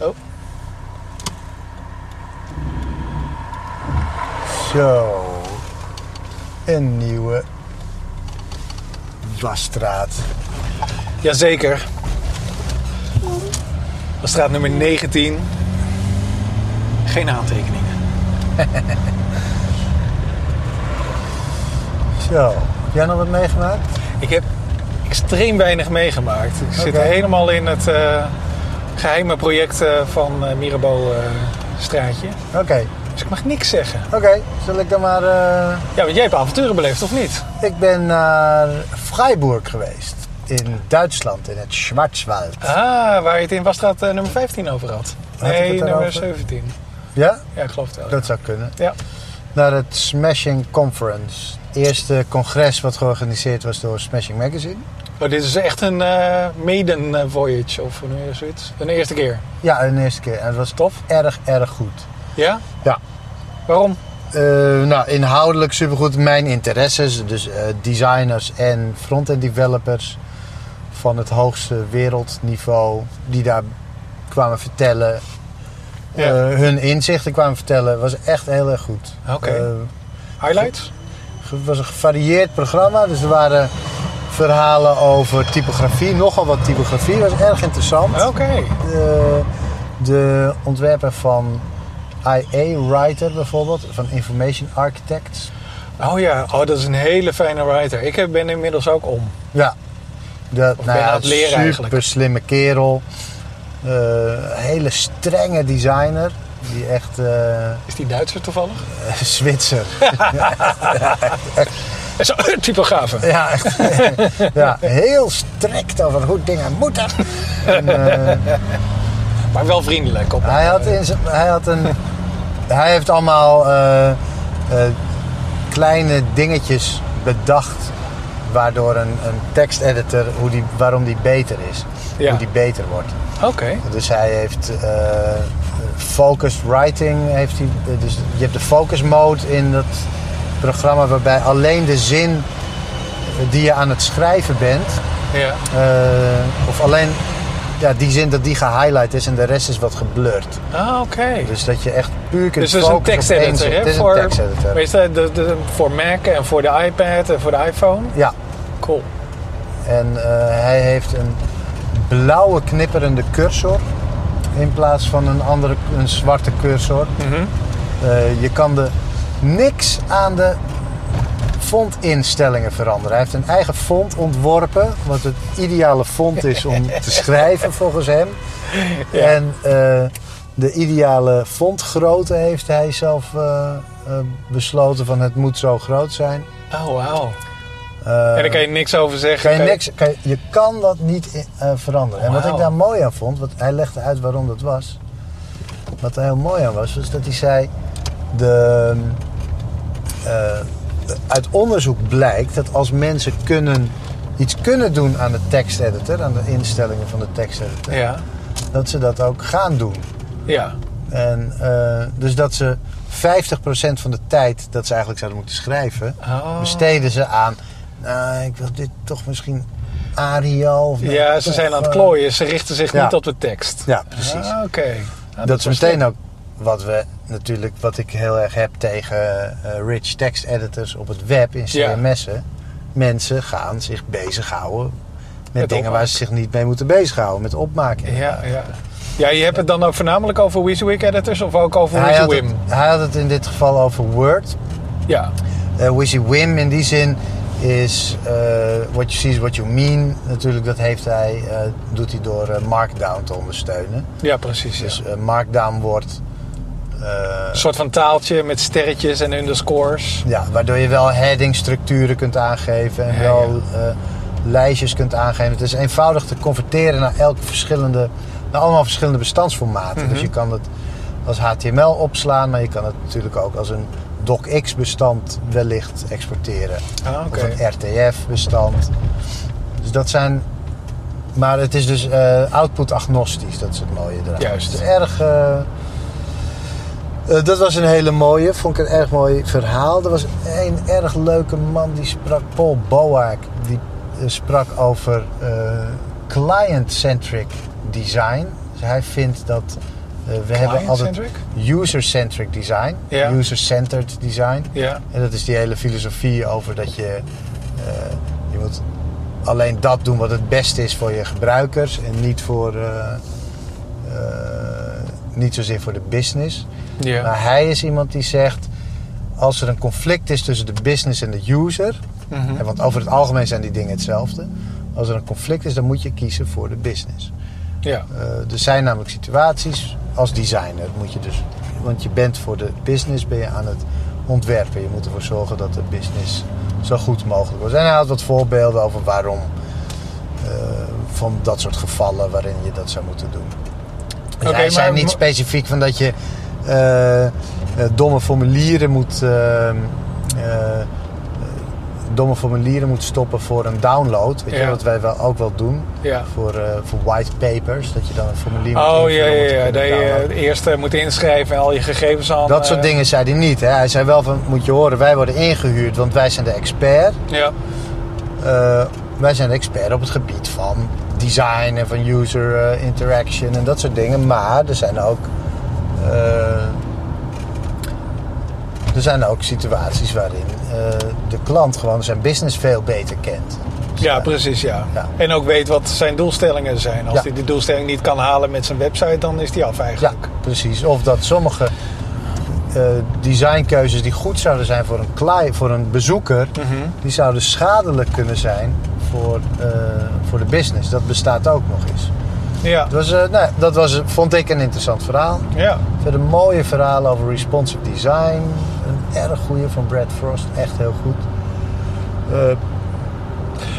Oh. Zo. Een nieuwe wasstraat. Jazeker. Dat straat nummer 19. Geen aantekeningen. Zo. Heb jij nog wat meegemaakt? Ik heb extreem weinig meegemaakt. Ik zit Oké. helemaal in het eh, geheime project eh, van eh Mirabeau eh, straatje. Oké. Dus ik mag niks zeggen. Oké. Zal ik dan maar... eh, Ja, want jij hebt avonturen beleefd, of niet? Ik ben naar Freiburg geweest. In Duitsland, in het Schwarzwald. Ah, waar je het in Wasstraat eh, nummer 15 over had. Had ik nee, het nummer daarover? 17. Ja? Ja, ik geloof het wel. Dat zou kunnen. Ja. Naar het Smashing Conference. Eerste congres wat georganiseerd was door Smashing Magazine. Oh, dit is echt een eh maiden eh, voyage of hoe noem je zoiets. Een eerste keer. Ja, een eerste keer. En het was Tof. erg, erg goed. Ja? Ja. Waarom? Eh, nou, inhoudelijk supergoed. Mijn interesses, dus eh, designers en front-end developers van het hoogste wereldniveau, die daar kwamen vertellen, Ja. eh, hun inzichten kwamen vertellen, was echt heel erg goed. Oké. Eh, Highlights? Het was een gevarieerd programma, dus er waren verhalen over typografie, nogal wat typografie, was erg interessant. Oké. De, de ontwerper van IA Writer bijvoorbeeld, van Information Architects. Oh ja, oh, dat is een hele fijne writer. Ik heb- ben inmiddels ook om. Ja, dat Of nou ben aan ja, het leren super eigenlijk. slimme kerel. Eh, hele strenge designer, die echt eh, Is die Duitser toevallig? Zwitser. Zo, typografen. Ja, echt. ja, heel strikt over hoe dingen moeten. En, eh, Maar wel vriendelijk. Op Hij had, in zijn- hij had een. hij heeft allemaal eh, eh, kleine dingetjes bedacht. Waardoor een, een teksteditor, hoe die, waarom die beter is. Ja. Hoe die beter wordt. Oké. Dus hij heeft eh, focus writing. Heeft hij, eh, dus je hebt de focus mode in dat programma waarbij alleen de zin die je aan het schrijven bent, Ja. eh, of alleen ja, die zin dat die gehighlight is en de rest is wat geblurred. Ah, oké. Dus dat je echt puur kunt Dus het is een focussen op één teksteditor, zin. hè? Het is voor, een teksteditor. Weet je, de, de, voor Mac en voor de iPad en voor de iPhone. Ja, Cool. en eh, hij heeft een blauwe knipperende cursor in plaats van een andere, een zwarte cursor. Mhm. Eh, je kan de, niks aan de fontinstellingen veranderen. Hij heeft een eigen font ontworpen, wat het ideale font is om te schrijven volgens hem. En eh, de ideale fontgrootte heeft hij zelf eh, eh, besloten van het moet zo groot zijn. Oh, wauw. Eh, en daar kan je niks over zeggen. kan je, niks, kan je, je kan dat niet in- eh, veranderen. En wat Wauw. ik daar mooi aan vond, want hij legde uit waarom dat was. Wat er heel mooi aan was, was dat hij zei... De, eh, uit onderzoek blijkt dat als mensen kunnen, iets kunnen doen aan de teksteditor... aan de instellingen van de teksteditor, Ja. dat ze dat ook gaan doen. Ja. En, eh, dus dat ze 50% van de tijd dat ze eigenlijk zouden moeten schrijven, Oh. besteden ze aan. Nou, ik wil dit toch misschien Arial. Of Ja, ze zijn aan het klooien. Ze richten zich Eh, Ja. niet op de tekst. Ja, precies. Ah, oké. Ah, dat, is was meteen ook wat we natuurlijk, wat ik heel erg heb tegen eh, rich text editors op het web in Ja. CMS'en. Mensen gaan zich bezighouden met, Met dingen waar ze zich niet mee moeten bezighouden, met opmaken. slim. Ja, ja. Ja, je hebt het dan ook voornamelijk over WYSIWYG editors of ook over Hij had, het, WYSIWYM? hij had het in dit geval over Word, Ja. Eh Wizzy Wim in die zin is eh what you see is what you mean. Natuurlijk, dat heeft hij, eh, doet hij door eh, Markdown te ondersteunen. Ja, precies. ja. Dus eh, Markdown wordt, eh, Een soort van taaltje met sterretjes en underscores. ja, waardoor je wel headingstructuren kunt aangeven en Ja, wel eh, lijstjes kunt aangeven. Het is eenvoudig te converteren naar elke verschillende, naar allemaal verschillende bestandsformaten. Dus Mhm. je kan het als HTML opslaan, maar je kan het natuurlijk ook als een docx bestand wellicht exporteren. Ah, oké. Of een RTF-bestand. Dus dat zijn. Maar het is dus eh, output-agnostisch, dat is het mooie eraan. Juist. Het is erg. eh, eh, dat was een hele mooie, vond ik een erg mooi verhaal. Er was een erg leuke man die sprak, Paul Boaak, die eh, sprak over eh, client-centric design. Dus Hij vindt dat eh, we hebben altijd Client-centric? user-centric design, Ja. user-centered design. Ja. En dat is die hele filosofie over dat je, eh, je moet alleen dat doen wat het beste is voor je gebruikers en niet, voor, eh, eh, niet zozeer voor de business. Ja. Maar hij is iemand die zegt, als er een conflict is tussen de business en de user, Mhm. hè, want over het algemeen zijn die dingen hetzelfde, als er een conflict is, dan moet je kiezen voor de business. Ja. Eh, er zijn namelijk situaties als designer moet je dus, want je bent voor de business ben je aan het ontwerpen. Je moet ervoor zorgen dat de business zo goed mogelijk wordt. En hij had wat voorbeelden over waarom eh, van dat soort gevallen waarin je dat zou moeten doen. Dus Oké, hij zei maar- niet specifiek van dat je eh, eh, domme formulieren moet eh, eh, domme formulieren moet stoppen voor een download. Weet je, Ja. wat wij wel ook wel doen Ja. voor, eh, voor white papers. Dat je dan een formulier moet Oh ja, invullen om te ja, ja. kunnen Dat je downloaden. eerst eh, moet inschrijven en al je gegevens aan. Dat soort eh, dingen zei hij niet. Hè. Hij zei wel van, moet je horen, wij worden ingehuurd, want wij zijn de expert. Ja. Eh, wij zijn de expert op het gebied van design en van user eh, interaction en dat soort dingen. Maar er zijn ook... eh, er zijn ook situaties waarin eh, de klant gewoon zijn business veel beter kent. Ja, precies, ja. Ja. En ook weet wat zijn doelstellingen zijn. Als Ja. hij die doelstelling niet kan halen met zijn website, dan is die af Ja, eigenlijk. precies. Of dat sommige eh, designkeuzes die goed zouden zijn voor een, client, voor een bezoeker, die zouden schadelijk kunnen zijn voor, eh, voor de business. Dat bestaat ook nog eens. Ja. Dat, was, eh, nou, dat was, vond ik een interessant verhaal. Ja. Verder mooie verhalen over responsive design. Een erg goede van Brad Frost. Echt heel goed. Eh,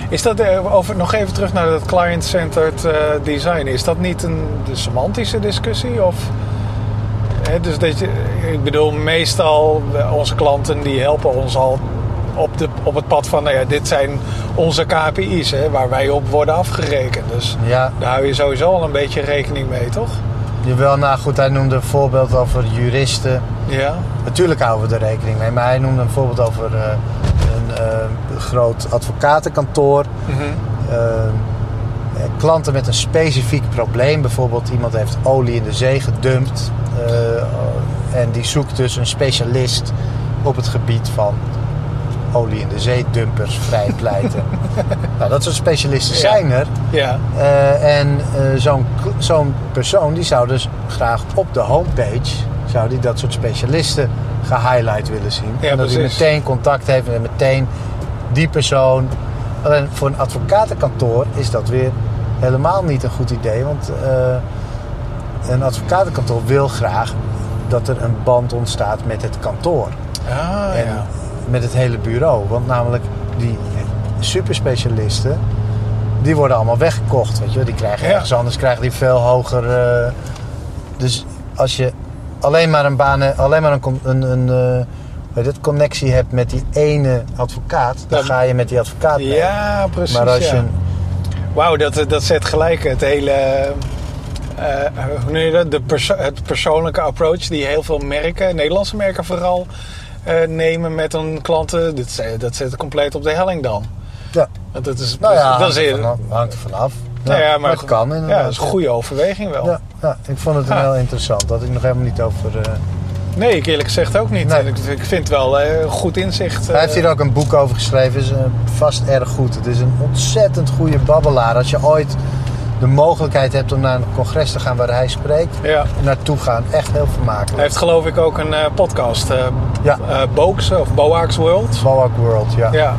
Is dat eh, over, nog even terug naar dat client-centered eh, design? Is dat niet een de semantische discussie? Of, hè, dus dat je, ik bedoel, meestal eh, onze klanten die helpen ons al op, de, op het pad van, nou ja, dit zijn onze KPI's hè, waar wij op worden afgerekend. Dus ja, daar hou je sowieso al een beetje rekening mee, toch? jawel, nou goed, hij noemde een voorbeeld over juristen. Ja. Natuurlijk houden we er rekening mee, maar hij noemde een voorbeeld over eh, een eh, groot advocatenkantoor. Mhm. Eh, eh, klanten met een specifiek probleem, bijvoorbeeld iemand heeft olie in de zee gedumpt eh, en die zoekt dus een specialist op het gebied van olie in de zee dumpers vrijpleiten. nou, dat soort specialisten Ja. zijn er. Ja. Eh, en eh, zo'n, k- zo'n persoon die zou dus graag op de homepage zou die dat soort specialisten gehighlight willen zien. Ja, en dat hij precies. meteen contact heeft en meteen die persoon. Alleen voor een advocatenkantoor is dat weer helemaal niet een goed idee. Want eh, een advocatenkantoor wil graag dat er een band ontstaat met het kantoor. Ah, En ja. met het hele bureau. Want namelijk die superspecialisten, die worden allemaal weggekocht. Weet je, wel. die krijgen Ja. ergens anders, krijgen die veel hoger. eh, dus als je alleen maar een baan, alleen maar een, con- een, een eh, hoe heet het, connectie hebt met die ene advocaat, dan Dan- ga je met die advocaat mee. Ja, precies. maar als ja. je een Wauw, dat, dat zet gelijk het hele. eh, hoe noem je dat? De perso- het persoonlijke approach die heel veel merken, Nederlandse merken vooral, eh, nemen met hun klanten. Dit, zet- dat zet het compleet op de helling dan. ja, Want dat is. nou ja, dat hangt, is heel- er vanaf, hangt er vanaf. nou ja, maar dat kan inderdaad. Ja, dat is een goede overweging wel. Ja, ja, ik vond het een Ah. heel interessant. Dat had ik nog helemaal niet over. eh, Nee, ik eerlijk gezegd ook niet. Nee. En Ik, ik vind het wel eh, een goed inzicht. Hij heeft eh, hier ook een boek over geschreven. Is eh, vast erg goed. Het is een ontzettend goede babbelaar. Als je ooit de mogelijkheid hebt om naar een congres te gaan waar hij spreekt, ja. naartoe gaan. Echt heel vermakelijk. Hij heeft geloof ik ook een eh, podcast. eh Ja. eh, Boaks of Boax World. Boak World, ja. Ja. Daar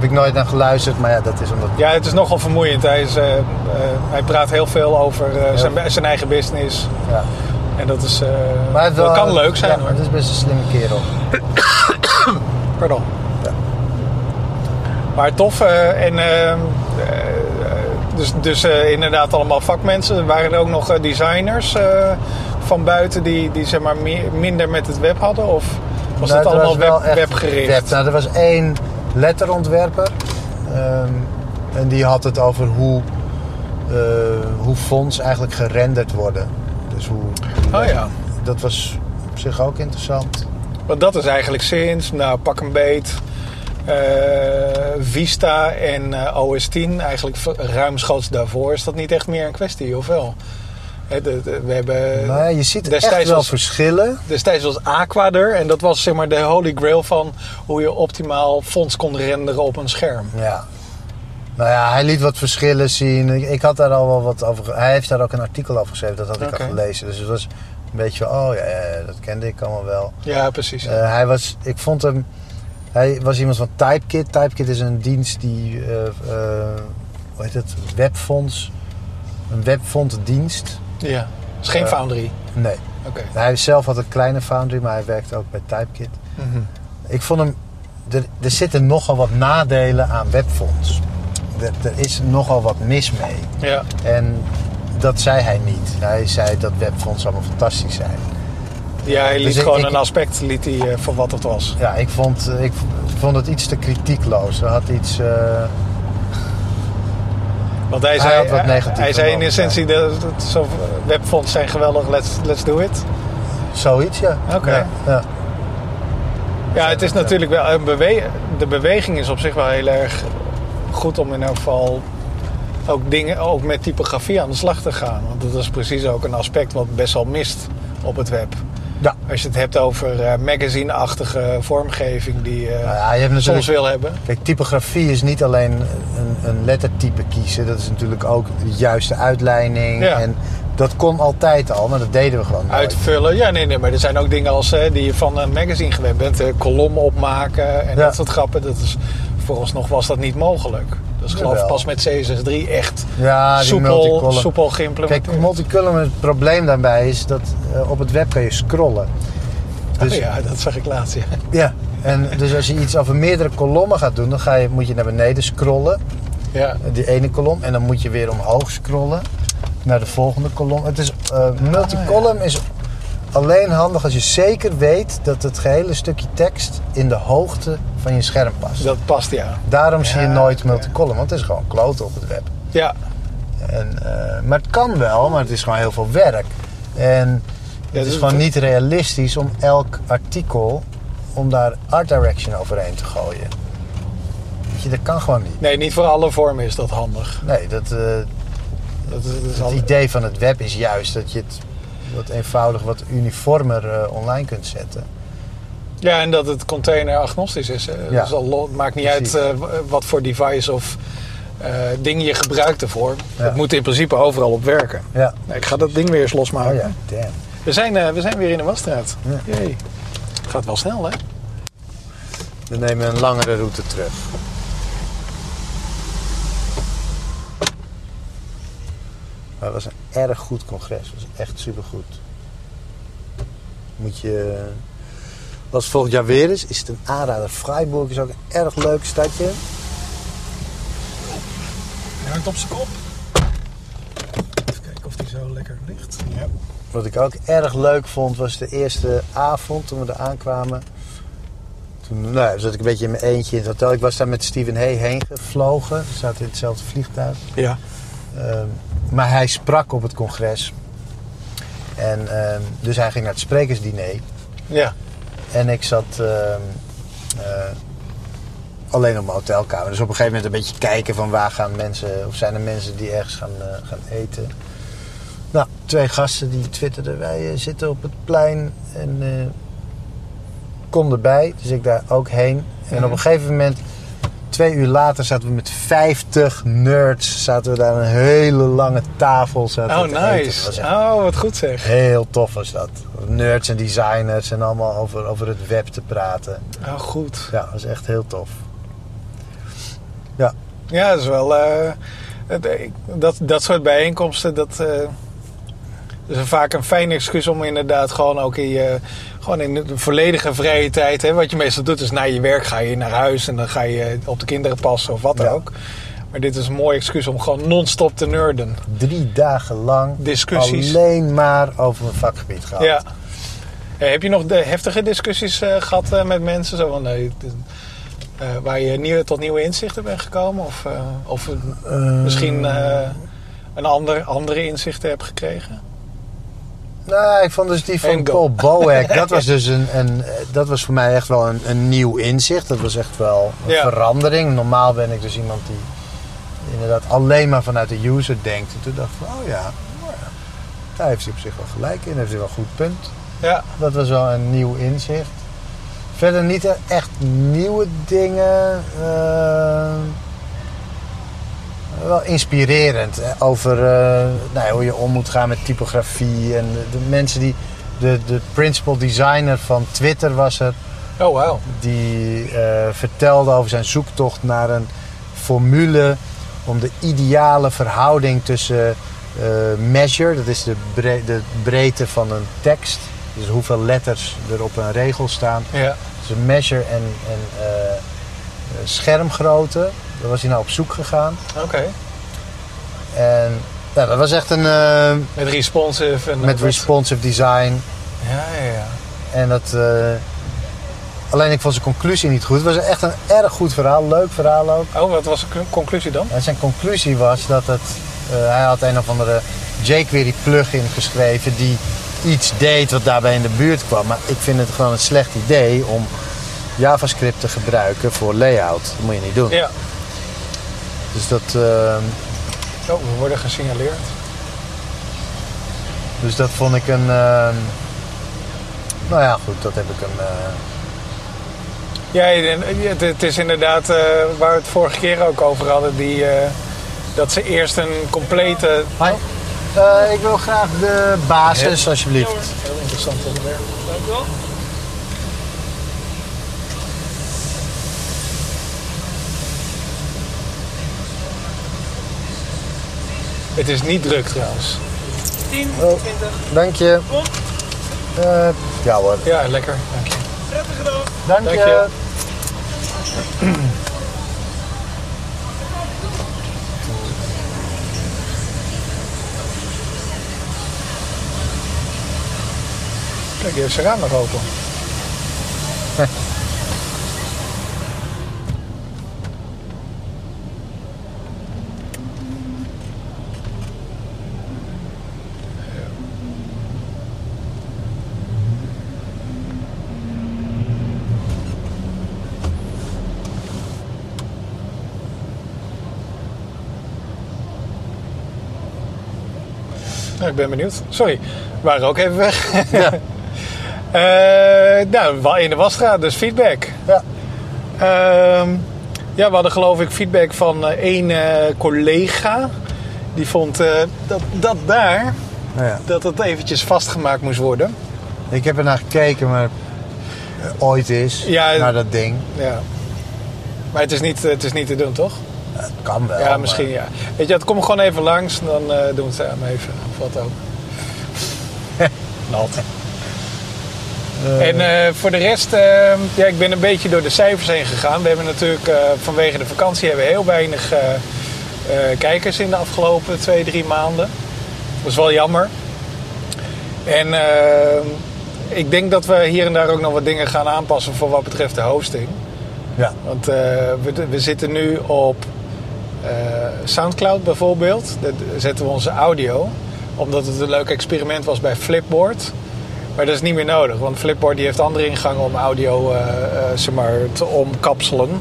heb ik nooit naar geluisterd, maar ja, dat is omdat. Ja, het is nogal vermoeiend. Hij, is, eh, eh, hij praat heel veel over eh, zijn, zijn eigen business. Ja. En dat, is, eh, Maar hij heeft dat wel- kan leuk zijn ja, hoor. Het is best een slimme kerel. Pardon. Ja. Maar tof. eh, en, eh, eh, dus dus eh, inderdaad allemaal vakmensen. Er waren er ook nog eh, designers eh, van buiten die, die zeg maar meer- minder met het web hadden? Of was Nou, het er allemaal wel web, echt webgericht? web. Nou, er was één letterontwerper. ehm, en die had het over hoe, eh, hoe fonts eigenlijk gerenderd worden. Dus hoe. Oh ja. Dat was op zich ook interessant. Want dat is eigenlijk sinds, nou pak een beet, eh, Vista en eh, OS 10 eigenlijk v- ruimschoots daarvoor. Is dat niet echt meer een kwestie, of wel? Hè, de- de- we hebben Maar je ziet echt Eh, destijds wel was- verschillen. destijds was Aqua er en dat was zeg maar de holy grail van hoe je optimaal fonds kon renderen op een scherm. Ja. Nou ja, hij liet wat verschillen zien. Ik, ik had daar al wel wat over. ge- Hij heeft daar ook een artikel over geschreven, dat had ik Oké. al gelezen. Dus het was een beetje, van, oh ja, ja, ja, dat kende ik allemaal wel. Ja, precies. Eh, hij was, ik vond hem, hij was iemand van Typekit. Typekit is een dienst die, eh, eh, hoe heet het, webfonds, een webfonddienst. ja. Het is geen eh, Foundry. Nee, Oké. hij zelf had een kleine foundry, maar hij werkte ook bij Typekit. Mhm. Ik vond hem, er, er zitten nogal wat nadelen aan webfonds. Er, er is nogal wat mis mee. Ja. En dat zei hij niet. Hij zei dat webfonds allemaal fantastisch zijn. ja, hij liet Dus ik- gewoon ik- een aspect liet hij, eh, voor wat het was. Ja, ik vond, ik vond het iets te kritiekloos. Er had iets... eh, Want hij Hij zei, had wat hij- negatief hij zei in erover, essentie, dat, dat zo, webfonds zijn geweldig, let's, let's do it. Zoiets, ja. Oké. Ja, ja. Ja, het is natuurlijk wel een bewe De beweging is op zich wel heel erg goed om in elk geval ook dingen, ook met typografie aan de slag te gaan. Want dat is precies ook een aspect wat best wel mist op het web. Ja. Als je het hebt over eh, magazine-achtige vormgeving die eh, Nou ja, je hebt soms natuurlijk... wil hebben. Kijk, typografie is niet alleen een, een lettertype kiezen. Dat is natuurlijk ook de juiste uitleiding. Ja. En dat kon altijd al, maar dat deden we gewoon nooit. Uitvullen. Ja, nee, nee, maar er zijn ook dingen als eh, die je van een magazine gewend bent. eh, kolom opmaken en Ja. dat soort grappen. Dat is, vooralsnog was dat niet mogelijk. Dat is geloof ik Jawel. pas met CSS3 echt Ja, die soepel, multicolor. soepel Kijk, geïmplementeerd. multicolumn, het probleem daarbij is dat eh, op het web kan je scrollen. Dus, Oh ja, dat zag ik laatst. Ja. ja. En dus als je iets over meerdere kolommen gaat doen, dan ga je, moet je naar beneden scrollen. Ja. Die ene kolom. En dan moet je weer omhoog scrollen naar de volgende kolom. Het is, eh Ah, multicolumn is alleen handig als je zeker weet dat het gehele stukje tekst in de hoogte van je scherm past. dat past ja. Daarom zie je Ja, nooit oké. multicolumn, want het is gewoon kloten op het web. Ja, En, eh, maar het kan wel, maar het is gewoon heel veel werk. En dat het is is- gewoon niet realistisch om elk artikel, om daar art direction overheen te gooien. Weet je, dat kan gewoon niet. nee, niet voor alle vormen is dat handig. Nee, dat, eh, Dat is, dat is het al- idee van het web is juist dat je het wat eenvoudig, wat uniformer eh, online kunt zetten. Ja, en dat het container agnostisch is. hè. Ja. Dus al, lo- het maakt niet Precies. uit eh, w- wat voor device of eh, ding je gebruikt ervoor. Ja. Het moet in principe overal op werken. Ja. Nee, ik ga dat ding weer eens Oh losmaken. ja, damn. we, zijn, eh, we zijn weer in de wasstraat. Ja. Jee. Het gaat wel snel, hè? We nemen een langere route terug. Maar het was een erg goed congres. Het was echt supergoed. Moet je... Als het volgend jaar weer is, is het een aanrader. Freiburg is ook een erg leuk stadje. Hij hangt op zijn kop. Even kijken of die zo lekker ligt. Ja. Wat ik ook erg leuk vond, was de eerste avond toen we er aankwamen. Toen nou, zat ik een beetje in mijn eentje in het hotel. Ik was daar met Steven Hay heen gevlogen. We zaten in hetzelfde vliegtuig. ja. Ehm, maar hij sprak op het congres. En, ehm, dus hij ging naar het sprekersdiner. Ja. En ik zat ehm, eh, alleen op mijn hotelkamer. Dus op een gegeven moment een beetje kijken van waar gaan mensen... of zijn er mensen die ergens gaan, eh, gaan eten. Nou, twee gasten die twitterden... wij eh, zitten op het plein en eh, kom erbij. Dus ik daar ook heen. En Mhm. op een gegeven moment, twee uur later... zaten we met 50 nerds. Zaten we daar aan een hele lange tafel. Zaten Oh, we te eten. Het nice. was echt Oh, wat goed zeg. Heel tof was dat. Nerds en designers en allemaal over, over het web te praten. Oh, goed. Ja, dat was echt heel tof. Ja, dat is wel. eh, het- ik- dat, dat soort bijeenkomsten, dat eh, is een- vaak een fijn excuus om inderdaad gewoon ook in, je, gewoon in de volledige vrije tijd. Hè, wat je meestal doet, is na je werk ga je naar huis en dan ga je op de kinderen passen of wat dan Ja. ook. Maar dit is een mooi excuus om gewoon non-stop te nerden. Drie dagen lang Discussies. alleen maar over mijn vakgebied gehad. Ja. Eh, heb je nog de heftige discussies eh, gehad eh, met mensen? Zo van, nee, dit- eh, waar je nieuw, tot nieuwe inzichten bent gekomen? Of, eh, of Eh, misschien eh, een ander, andere inzichten hebt gekregen. Nou, ik vond dus die van En go. Paul Boek. dat was dus een, een, eh, dat was voor mij echt wel een, een nieuw inzicht. Dat was echt wel een Ja. verandering. Normaal ben ik dus iemand die inderdaad alleen maar vanuit de user denkt. En toen dacht ik, van, oh ja, oh ja. Daar heeft hij op zich wel gelijk in. Heeft hij wel een goed punt. Ja. Dat was wel een nieuw inzicht. Verder niet e- echt nieuwe dingen. eh, wel inspirerend eh, over eh, nou, ja, hoe je om moet gaan met typografie. En de, de mensen die. De, de principal designer van Twitter was er. Oh, wauw. Die eh, vertelde over zijn zoektocht naar een formule om de ideale verhouding tussen eh, measure, dat is de, bre- de breedte van een tekst, dus hoeveel letters er op een regel staan, Ja. dus measure en, en eh, eh, schermgrootte. Daar was hij nou op zoek gegaan. Oké. En ja, dat was echt een. eh, Met responsive en... met dat- responsive design. Ja, ja, ja. En dat. eh, alleen ik vond zijn conclusie niet goed. Het was echt een erg goed verhaal, leuk verhaal ook. Oh, wat was de con- conclusie dan? En zijn conclusie was dat het, eh, hij had een of andere jQuery plugin geschreven die iets deed wat daarbij in de buurt kwam. Maar ik vind het gewoon een slecht idee om JavaScript te gebruiken voor layout. Dat moet je niet doen. Ja. Dus dat, eh, Oh, we worden gesignaleerd. dus dat vond ik een. eh, nou ja, goed, dat heb ik hem. eh, Ja, en het- het is inderdaad eh, waar we het vorige keer ook over hadden. Die, eh, dat ze eerst een complete... Hi. Eh, ik wil graag de basis, alsjeblieft. Heel interessant onderwerp. Dank u wel. Het is niet druk trouwens. 10, Oh. 20. Dank je. Kom. Eh, ja hoor. Ja, lekker. Dank je. Prettige dag. Dank, Dank je. je. Kijk, die heeft zijn raam nog open. Nou, ik ben benieuwd. Sorry, we waren ook even weg. Ja. Eh, nou, wa- in de wasstraat, dus feedback. Ja. Ehm, ja, we hadden geloof ik feedback van eh, één eh, collega. Die vond eh, dat, dat daar, Nou ja. dat dat eventjes vastgemaakt moest worden. Ik heb er naar gekeken, maar eh, ooit is Ja, naar dat ding. Ja. Maar het is niet, het is niet te doen, toch? Kan wel. ja, maar- misschien ja. Weet je, het komt gewoon even langs, dan eh, doen we het samen even. Of wat ook. Nat. En eh, voor de rest, eh, ja, ik ben een beetje door de cijfers heen gegaan. We hebben natuurlijk eh, vanwege de vakantie hebben we heel weinig eh, eh, kijkers in de afgelopen twee, drie maanden. Dat is wel jammer. En eh, ik denk dat we hier en daar ook nog wat dingen gaan aanpassen voor wat betreft de hosting. Ja. Want eh, we, we zitten nu op eh, Soundcloud bijvoorbeeld. Daar zetten we onze audio. Omdat het een leuk experiment was bij Flipboard. Maar dat is niet meer nodig. Want Flipboard die heeft andere ingangen om audio eh, eh, zeg maar, te omkapselen.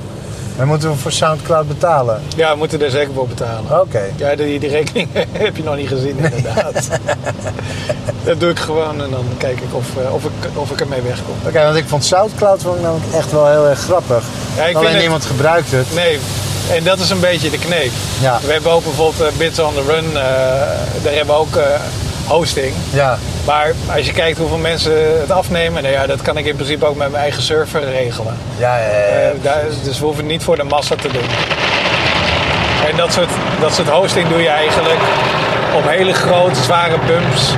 Maar moeten we voor Soundcloud betalen? Ja, we moeten er zeker voor betalen. Oké. Ja, die, die rekening heb je nog niet gezien inderdaad. dat doe ik gewoon en dan kijk ik of, eh, of, ik, of ik ermee wegkom. Oké, want ik vond Soundcloud vond ik namelijk echt wel heel erg grappig. Ja, ik Alleen vind het- niemand gebruikt het. Nee, en dat is een beetje de kneep. Ja. We hebben ook bijvoorbeeld eh, Bits on the Run, eh, daar hebben we ook eh, hosting. Ja. Maar als je kijkt hoeveel mensen het afnemen, nou ja, dat kan ik in principe ook met mijn eigen server regelen. Ja, ja, ja, ja. Eh, daar, dus we hoeven het niet voor de massa te doen. En dat soort, dat soort hosting doe je eigenlijk op hele grote, zware bumps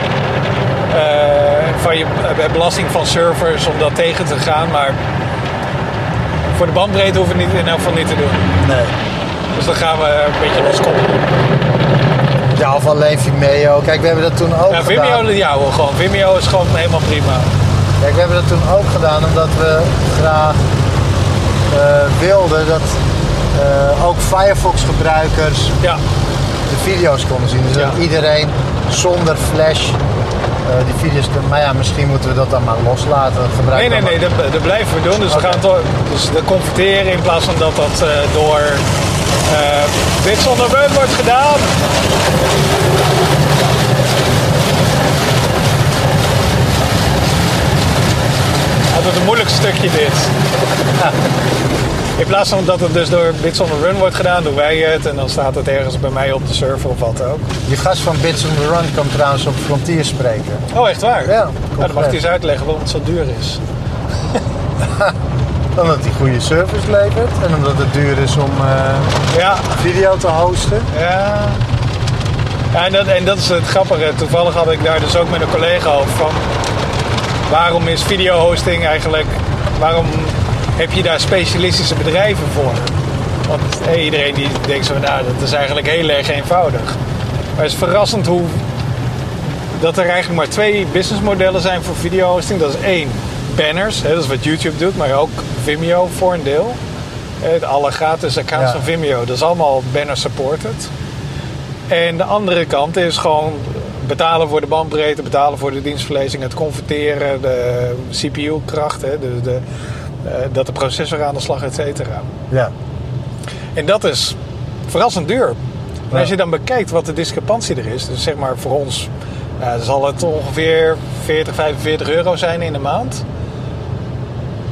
eh, van je eh, belasting van servers om dat tegen te gaan. Maar voor de bandbreedte hoeven we het niet, in elk geval niet te doen. Nee. Dus dan gaan we een beetje loskoppelen. Ja, of alleen Vimeo. Kijk, we hebben dat toen ook Ja, gedaan. Vimeo, ja hoor, gewoon. Vimeo is gewoon helemaal prima. Kijk, we hebben dat toen ook gedaan omdat we graag eh, wilden dat eh, ook Firefox-gebruikers Ja, de video's konden zien. Dus dat Ja. iedereen zonder flash eh, die video's kan. Maar ja, misschien moeten we dat dan maar loslaten. Gebruik nee, dan nee, nee, maar- dat, dat blijven we doen. Dus we gaan toch, dus dat converteren in plaats van dat dat eh, door eh dit zonder run wordt gedaan. altijd een moeilijk stukje dit. Ja. In plaats van dat het dus door Bits on the Run wordt gedaan, doen wij het. En dan staat het ergens bij mij op de server of wat ook. Die gast van Bits on the Run kan trouwens op Frontier spreken. Oh, echt waar? Ja, Nou, dan mag hij eens uitleggen waarom het zo duur is. Omdat hij goede service levert en omdat het duur is om eh, Ja, video te hosten. Ja. ja en, dat, en dat is het grappige. Toevallig had ik daar dus ook met een collega over van... Waarom is videohosting eigenlijk... Waarom heb je daar specialistische bedrijven voor? Want hé, iedereen die denkt zo... Nou, dat is eigenlijk heel erg eenvoudig. Maar het is verrassend hoe... Dat er eigenlijk maar twee businessmodellen zijn voor videohosting. Dat is één, banners. Hè, dat is wat YouTube doet, maar ook Vimeo voor een deel. Het alle gratis accounts Ja. van Vimeo. Dat is allemaal banner supported. En de andere kant is gewoon betalen voor de bandbreedte, betalen voor de dienstverlening, het converteren, de CPU-kracht, hè, de, de, eh, dat de processor aan de slag, et cetera. Ja. En dat is verrassend duur. En Ja. als je dan bekijkt wat de discrepantie er is, dus zeg maar voor ons eh, zal het ongeveer 40, 45 euro zijn in de maand.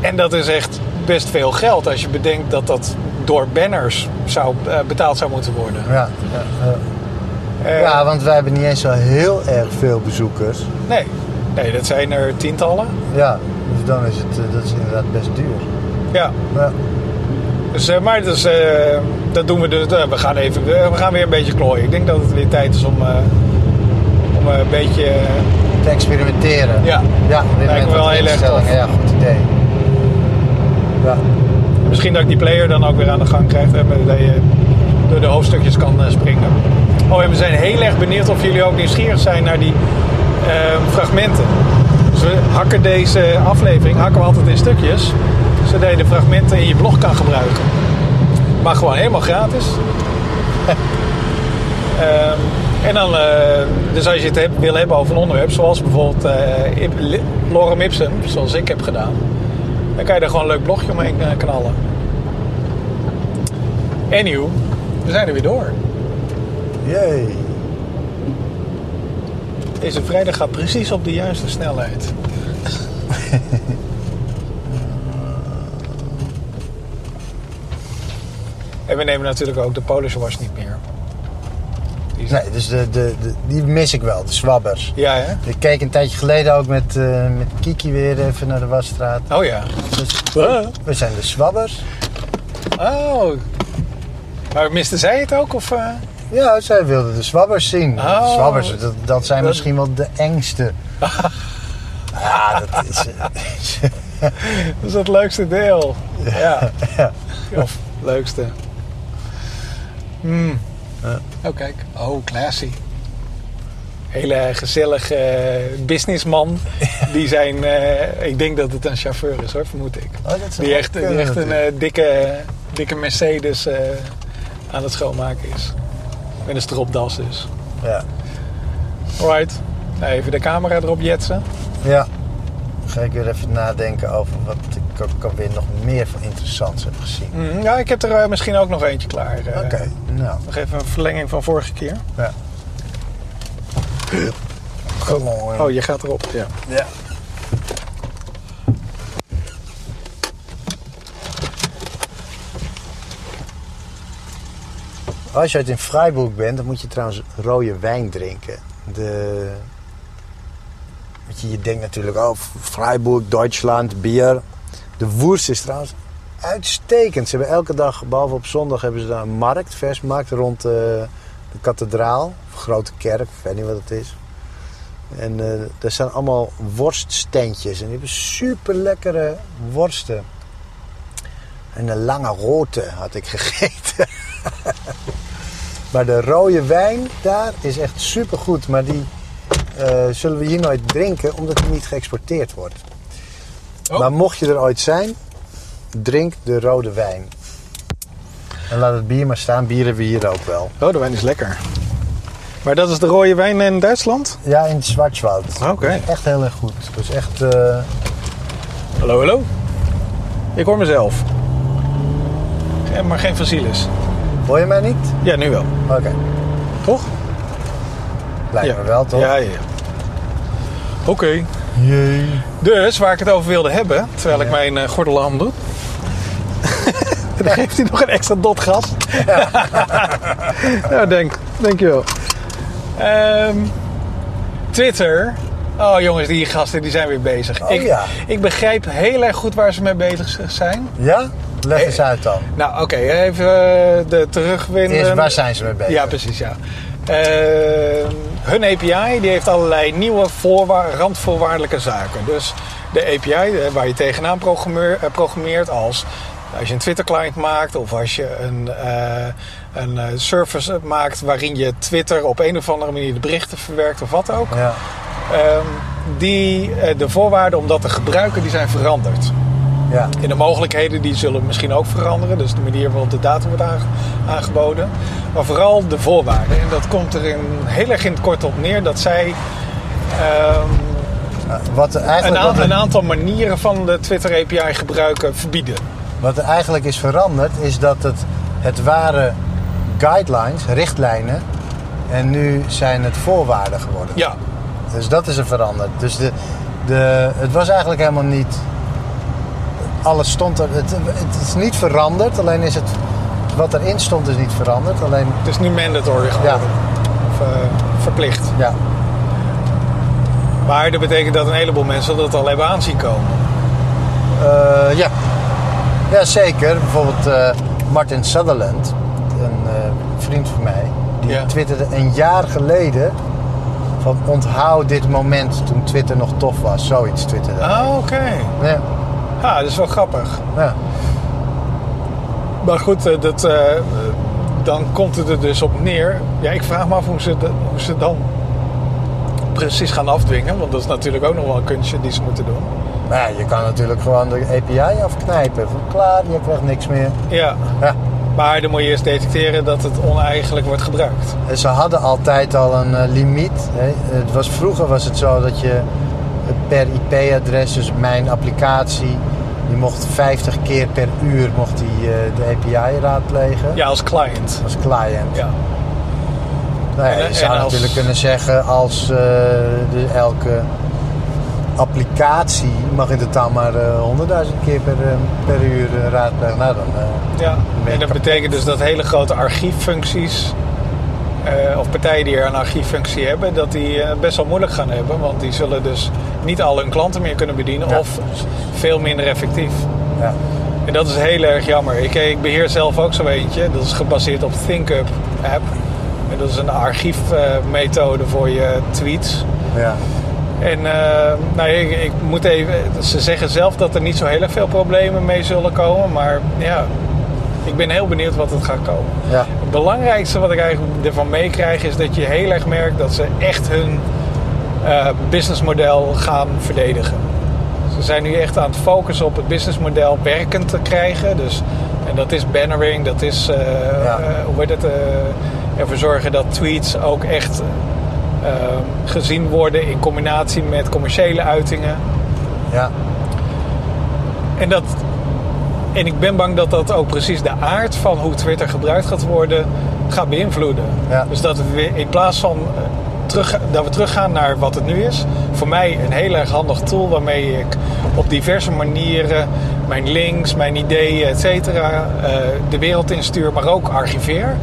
En dat is echt best veel geld als je bedenkt dat dat door banners zou, eh, betaald zou moeten worden. Ja. Ja, ja. Eh, ja, want wij hebben niet eens zo heel erg veel bezoekers. Nee. nee, dat zijn er tientallen. Ja, dus dan is het eh, dat is inderdaad best duur. Ja, Ja. dus, eh, maar dus, eh, dat doen we dus. eh, we, gaan even, eh, we gaan weer een beetje klooien. Ik denk dat het weer tijd is om, eh, om eh, een beetje... eh, Te experimenteren. Ja. ja dit Lijkt me met wel wat heel erg instellingen. tof. Ja, goed idee. Ja. Misschien dat ik die player dan ook weer aan de gang krijg. eh, met- Dat je door de hoofdstukjes kan eh, springen. Oh, en we zijn heel erg benieuwd of jullie ook nieuwsgierig zijn naar die eh, fragmenten. Dus we hakken deze aflevering hakken we altijd in stukjes. Zodat je de fragmenten in je blog kan gebruiken. Maar gewoon helemaal gratis. Ehm, en dan, eh, dus als je het hebt, wil hebben over een onderwerp, zoals bijvoorbeeld eh Ip- Li- Lorem Ipsum, zoals ik heb gedaan. Dan kan je er gewoon een leuk blogje omheen eh, knallen. Anywho, we zijn er weer door. Jee. Deze vrijdag gaat precies op de juiste snelheid. en we nemen natuurlijk ook de Polish was niet meer. Die is- Nee, dus de, de, de- die mis ik wel, de zwabbers. Ja, hè? Ik keek een tijdje geleden ook met, eh, met Kiki weer even naar de wasstraat. Oh ja. Dus we zijn de zwabbers. Oh. Maar miste zij het ook? Of, eh? Ja, zij wilden de zwabbers zien. Oh. De zwabbers, dat, dat zijn Dat- misschien wel de engste. ja, dat is... eh, Dat is het leukste deel. Ja. Ja. Of leukste. Hmm. Ja. Oh, kijk. Oh, classy. Hele gezellige eh, businessman. Die zijn, eh, ik denk dat het een chauffeur is hoor, vermoed ik. oh, dat zou Die echt, die kunnen echt een natuurlijk. eh, dikke, dikke Mercedes eh, aan het schoonmaken is. Met een stropdas dus. Ja. Alright. Nou, even de camera erop jetsen. ja. Ga ik weer even nadenken over wat ik ook alweer nog meer van interessants heb gezien. Mm, ja, ik heb er eh, misschien ook nog eentje klaar. eh. Oké, nou. Nog even een verlenging van vorige keer. Ja. Gewoon. Oh, je gaat erop. Ja. ja. Als je uit in Freiburg bent, dan moet je trouwens rode wijn drinken. De... Want je, je denkt natuurlijk, oh, Freiburg, Duitsland, bier. De Woers is trouwens uitstekend. Ze hebben elke dag, behalve op zondag, hebben ze daar een markt, versmarkt rond eh, de kathedraal. Of grote kerk, ik weet niet wat het is. En eh, daar staan allemaal worststentjes. En die hebben super lekkere worsten. En een lange rote had ik gegeten. maar de rode wijn daar is echt super goed. Maar die eh, zullen we hier nooit drinken, omdat die niet geëxporteerd wordt. Oh. Maar mocht je er ooit zijn, drink de rode wijn. En laat het bier maar staan. Bier hebben we hier ook wel. Rode wijn is lekker. Maar dat is de rode wijn in Duitsland? Ja, in het Zwartswoud. Oké. Dat is Echt heel erg goed. Dat is echt... eh, Hallo, hallo. Ik hoor mezelf. Eh, Maar geen facilis. Hoor je mij niet? Ja, nu wel. Oké, Toch? lijkt ja. me wel toch? Ja, ja, ja. Oké. Jee. Dus waar ik het over wilde hebben, terwijl ik mijn eh, gordel aan doe. dan geeft hij nog een extra dot gas. nou, denk, dankjewel. Ehm Twitter. Oh jongens, die gasten die zijn weer bezig. Oh, ik, ja. ik begrijp heel erg goed waar ze mee bezig zijn. Ja? Leg eens uit dan. Nou, oké, even eh, de terugwinden. Eerst, waar zijn ze mee bezig? ehm, Ja, precies, ja. Eh, hun API die heeft allerlei nieuwe voorwa- randvoorwaardelijke zaken. Dus de API eh, waar je tegenaan programmeur- eh, programmeert als als je een Twitter-client maakt of als je een, eh een eh, service maakt waarin je Twitter op een of andere manier de berichten verwerkt of wat ook. Ja. Ehm, die, eh, de voorwaarden om dat te gebruiken die zijn veranderd. Ja. En de mogelijkheden die zullen misschien ook veranderen. Dus de manier waarop de data wordt aange- aangeboden. Maar vooral de voorwaarden. En dat komt er in, heel erg in het kort op neer dat zij ehm, Eh, Wat er een, eigenlijk, aan- wat er- een aantal manieren van de Twitter API gebruiken verbieden. wat er eigenlijk is veranderd, is dat het, het waren guidelines, richtlijnen. En nu zijn het voorwaarden geworden. Ja, Dus dat is er veranderd. Dus de, de, het was eigenlijk helemaal niet. Alles stond er. Het, het is niet veranderd, alleen is het. Wat erin stond is niet veranderd. Alleen. het is nu mandatory geworden. Of, eh, verplicht. Ja, Maar dat betekent dat een heleboel mensen dat al hebben aanzien komen. Eh, ja. ja zeker. Bijvoorbeeld eh, Martin Sutherland, een eh, vriend van mij, die Ja. twitterde een jaar geleden van onthoud dit moment toen Twitter nog tof was. Zoiets twitterde. hij. Ah, oké. Ja, Ah, dat is wel grappig. ja. Maar goed, eh, dat, eh, eh, dan komt het er dus op neer. Ja, ik vraag me af hoe ze, dat- hoe ze dan precies gaan afdwingen. Want dat is natuurlijk ook nog wel een kunstje die ze moeten doen. Nou, je kan natuurlijk gewoon de API afknijpen. Van klaar, je krijgt niks meer. Ja, Ja. maar dan moet je eerst detecteren dat het oneigenlijk wordt gebruikt. En Ze hadden altijd al een eh, limiet. Hè. Het was, vroeger was het zo dat je eh, per IP-adres, dus mijn applicatie, die mocht 50 keer per uur mocht die, eh, de API raadplegen. Ja, als client. Als client. Ja, Nou ja, En- je eh, en zou als- natuurlijk kunnen zeggen als eh, dus elke applicatie mag in totaal maar eh, 100.000 keer per, eh, per uur eh, raadplegen. Nou, dan, eh, ja. Nee, En dat kan- betekent dus dat hele grote archieffuncties... eh, of partijen die er een archieffunctie hebben, dat die eh, best wel moeilijk gaan hebben. Want die zullen dus niet al hun klanten meer kunnen bedienen Ja. of veel minder effectief. ja. En dat is heel erg jammer. Ik, eh, ik beheer zelf ook zo eentje. Dat is gebaseerd op ThinkUp app. En dat is een archiefmethode voor je tweets. ja. En eh, nou, ik, ik moet even. Ze zeggen zelf dat er niet zo heel erg veel problemen mee zullen komen. Maar ja, ik ben heel benieuwd wat het gaat komen. ja. Het belangrijkste wat ik eigenlijk ervan meekrijg is dat je heel erg merkt dat ze echt hun eh, businessmodel gaan verdedigen. Ze zijn nu echt aan het focussen op het businessmodel werkend te krijgen. Dus, en dat is bannering, dat is eh, Ja. eh, hoe heet het, eh, ervoor zorgen dat tweets ook echt eh, gezien worden in combinatie met commerciële uitingen. ja. En, dat, en ik ben bang dat dat ook precies de aard van hoe Twitter gebruikt gaat worden gaat beïnvloeden. Ja. Dus dat we weer- in plaats van eh, terug, dat we teruggaan naar wat het nu is, voor mij een heel erg handig tool waarmee ik op diverse manieren mijn links, mijn ideeën, et cetera, eh, de wereld instuur, maar ook archiveer.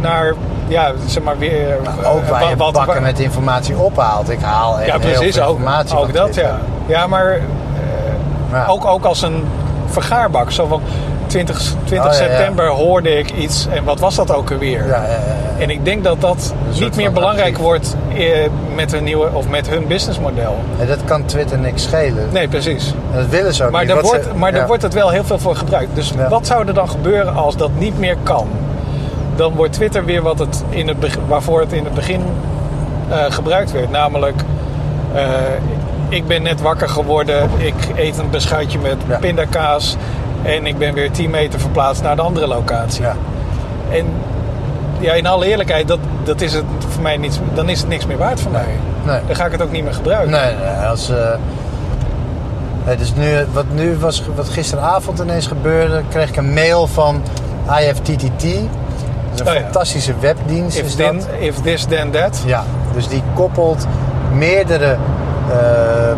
Naar, ja, zeg maar weer. Nou, Ook eh, waar je wat- bakken wat- met informatie ophaalt. Ik haal echt ja, heel precies. veel Ook, informatie ook van dat, Twitter. ja. Ja, maar eh, Ja. Ook, ook als een vergaarbak. Zo van 20, 20 Oh, ja, ja. september hoorde ik iets en wat was dat ook alweer? Ja, ja, ja, ja. En ik denk dat dat soort niet meer van belangrijk archief. wordt eh, met hun nieuwe of met hun businessmodel. En dat kan Twitter niks schelen. Nee, precies. En dat willen ze ook Maar, niet. daar Wat wordt, ze- maar daar ja. wordt het wel heel veel voor gebruikt. Dus Ja. wat zou er dan gebeuren als dat niet meer kan? Dan wordt Twitter weer wat het in het beg- waarvoor het in het begin eh, gebruikt werd. Namelijk, eh, ik ben net wakker geworden. Ik eet een beschuitje met Ja. pindakaas. En ik ben weer 10 meter verplaatst naar de andere locatie. Ja. En ja, in alle eerlijkheid, dat, dat is het voor mij niets, dan is het niks meer waard voor mij. Nee. Dan ga ik het ook niet meer gebruiken. Nee, nee, als... eh, nee, dus nu, wat nu was, wat gisteravond ineens gebeurde, kreeg ik een mail van IFTTT. Dat is een Oh ja. fantastische webdienst. If, is then, dat. if this, then that. Ja, dus die koppelt meerdere eh,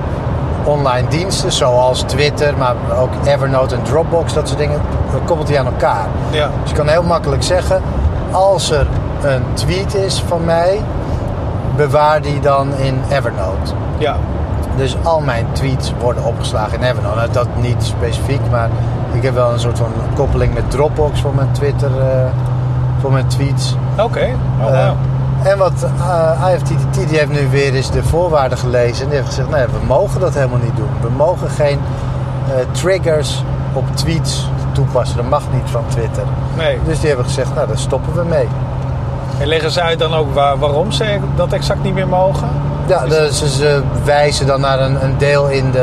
online diensten zoals Twitter, maar ook Evernote en Dropbox, dat soort dingen, dan koppelt hij aan elkaar. Ja. Dus je kan heel makkelijk zeggen, als er een tweet is van mij, bewaar die dan in Evernote. Ja. Dus al mijn tweets worden opgeslagen in Evernote. Nou, dat niet specifiek, maar ik heb wel een soort van koppeling met Dropbox voor mijn Twitter, eh, voor mijn tweets. Oké. Oh, wauw. Eh, en wat eh, IFTTT die heeft nu weer eens de voorwaarden gelezen. En die heeft gezegd, nee, we mogen dat helemaal niet doen. We mogen geen eh, triggers op tweets toepassen. Dat mag niet van Twitter. Nee. Dus die hebben gezegd, nou, daar stoppen we mee. En leggen ze uit dan ook waar, waarom ze dat exact niet meer mogen? Ja, dus ze- ze wijzen dan naar een, een deel in de,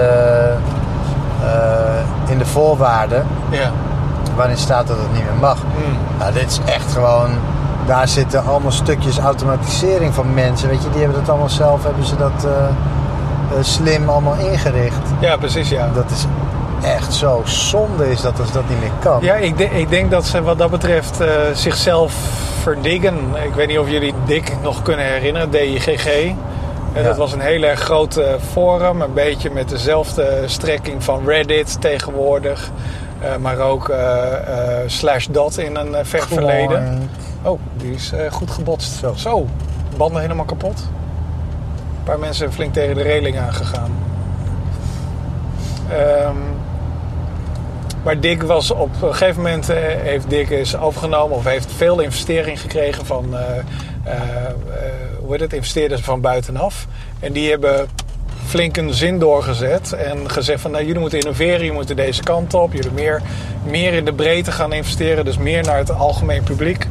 eh, in de voorwaarden... Ja. waarin staat dat het niet meer mag. Hmm. Nou, dit is echt gewoon... Daar zitten allemaal stukjes automatisering van mensen. Weet je, die hebben dat allemaal zelf, hebben ze dat eh, eh, slim allemaal ingericht. Ja, precies, ja. Dat is echt zo zonde is dat als dat niet meer kan. Ja, ik, de- ik denk dat ze wat dat betreft eh, zichzelf verdiggen. Ik weet niet of jullie Dick nog kunnen herinneren, DIGG. Eh, Ja. Dat was een heel erg groot eh, forum, een beetje met dezelfde strekking van Reddit tegenwoordig. eh, maar ook eh, eh, slash dot in een eh, ver verleden. Gewoon- Oh, die is eh, goed gebotst. Zo. Zo. banden helemaal kapot. Een paar mensen flink tegen de reling aangegaan. Ehm, maar Dick was op een gegeven moment, eh, heeft Dick is overgenomen of heeft veel investering gekregen van, eh, eh, eh, hoe heet het, investeerders van buitenaf. En die hebben flink een zin doorgezet en gezegd van, nou jullie moeten innoveren, jullie moeten deze kant op, jullie meer, meer in de breedte gaan investeren, dus meer naar het algemeen publiek.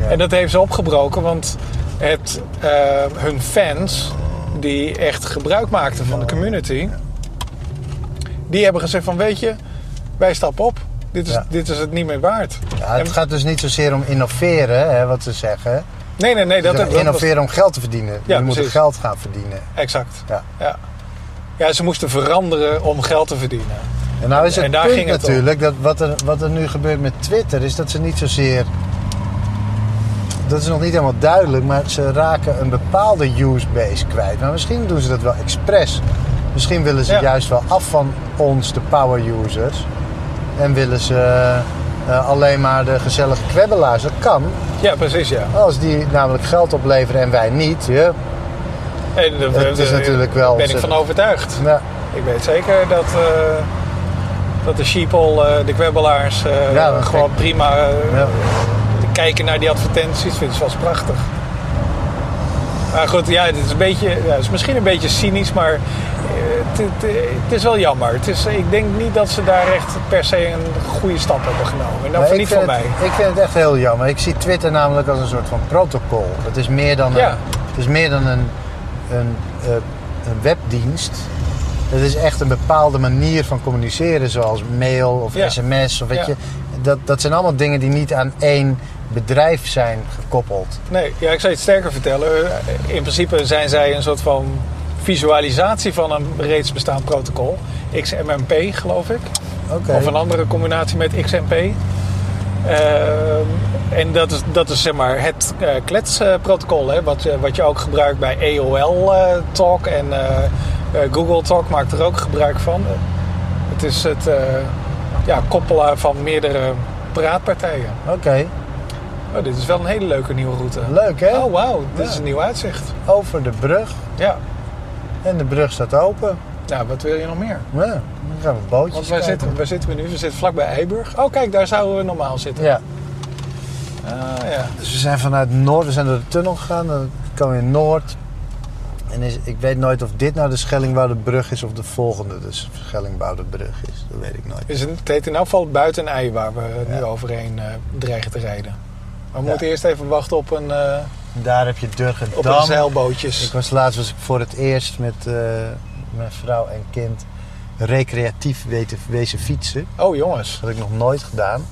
Ja. En dat heeft ze opgebroken, want het, eh, hun fans, die echt gebruik maakten van de community, die hebben gezegd van weet je, wij stappen op. Dit is, Ja. dit is het niet meer waard. Ja, het En- gaat dus niet zozeer om innoveren, hè, wat ze zeggen. nee, nee, nee. Dat, Ze dat, zeggen dat was- innoveren om geld te verdienen. Ja, je moet precies. geld gaan verdienen. exact. Ja. Ja. ja, ze moesten veranderen om geld te verdienen. En nou is het En daar punt ging het om. natuurlijk, dat wat, er, wat er nu gebeurt met Twitter, is dat ze niet zozeer. Dat is nog niet helemaal duidelijk, maar ze raken een bepaalde use base kwijt. Maar misschien doen ze dat wel expres. Misschien willen ze Ja. juist wel af van ons, de power users. En willen ze eh, alleen maar de gezellige kwebbelaars. Dat kan. Ja, precies, ja. Als die namelijk geld opleveren en wij niet. Ja, En dat- Het is dat- natuurlijk wel Daar ben ik van ontzettend. overtuigd. nou, Ik weet zeker dat, eh, dat de sheeple, eh, de kwebbelaars, eh, Ja, dat gewoon kijk- prima eh, ja. te kijken naar die advertenties vind ik vast prachtig. Maar goed, ja, het is, een beetje, ja, het is misschien een beetje cynisch, maar eh, het, het- het is wel jammer. Het is, ik denk niet dat ze daar echt per se een goede stap hebben genomen. En dat Maar voor ik niet vind van het- mij. Ik vind het echt heel jammer. Ik zie Twitter namelijk als een soort van protocol. Het is meer dan, Ja. een, het is meer dan een, een, eh, een webdienst. Het is echt een bepaalde manier van communiceren, zoals mail of Ja. sms. Of weet Ja. je, dat, dat zijn allemaal dingen die niet aan één bedrijf zijn gekoppeld. Nee, ja, ik zou je het sterker vertellen. Eh, In principe zijn zij een soort van visualisatie van een reeds bestaand protocol. XMMP, geloof ik. Oké. Of een andere combinatie met XMP. Ehm, en dat is, dat is zeg maar het eh, kletsprotocol, hè, wat, eh, wat je ook gebruikt bij AOL eh, Talk en eh, eh, Google Talk maakt er ook gebruik van. Het is het eh, ja, koppelen van meerdere praatpartijen. Oké, Oh, dit is wel een hele leuke nieuwe route. leuk hè? Oh, wauw, dit Ja. is een nieuw uitzicht. Over de brug. Ja, En de brug staat open. nou, wat wil je nog meer? Ja, dan gaan we bootjes Want waar kijken. zitten, waar zitten we nu? We zitten vlakbij Eiburg. Oh, kijk, daar zouden we normaal zitten. Ja. Ah, ja. Dus we zijn vanuit Noord, we zijn door de tunnel gegaan, dan kwam je in Noord. En is, ik weet nooit of dit nou de Schellingwouderbrug is of de volgende de Schellingwouderbrug is. Dat weet ik nooit. Dus het heet in elk geval buiten ei waar we nu Ja. overheen eh, dreigen te rijden. Maar we Ja. moeten eerst even wachten op een, eh, En daar heb je op een Durgendam. Ik zeilbootjes. was laatst was ik voor het eerst met eh, mijn vrouw en kind recreatief weten, wezen fietsen. Oh jongens, Dat had ik nog nooit gedaan.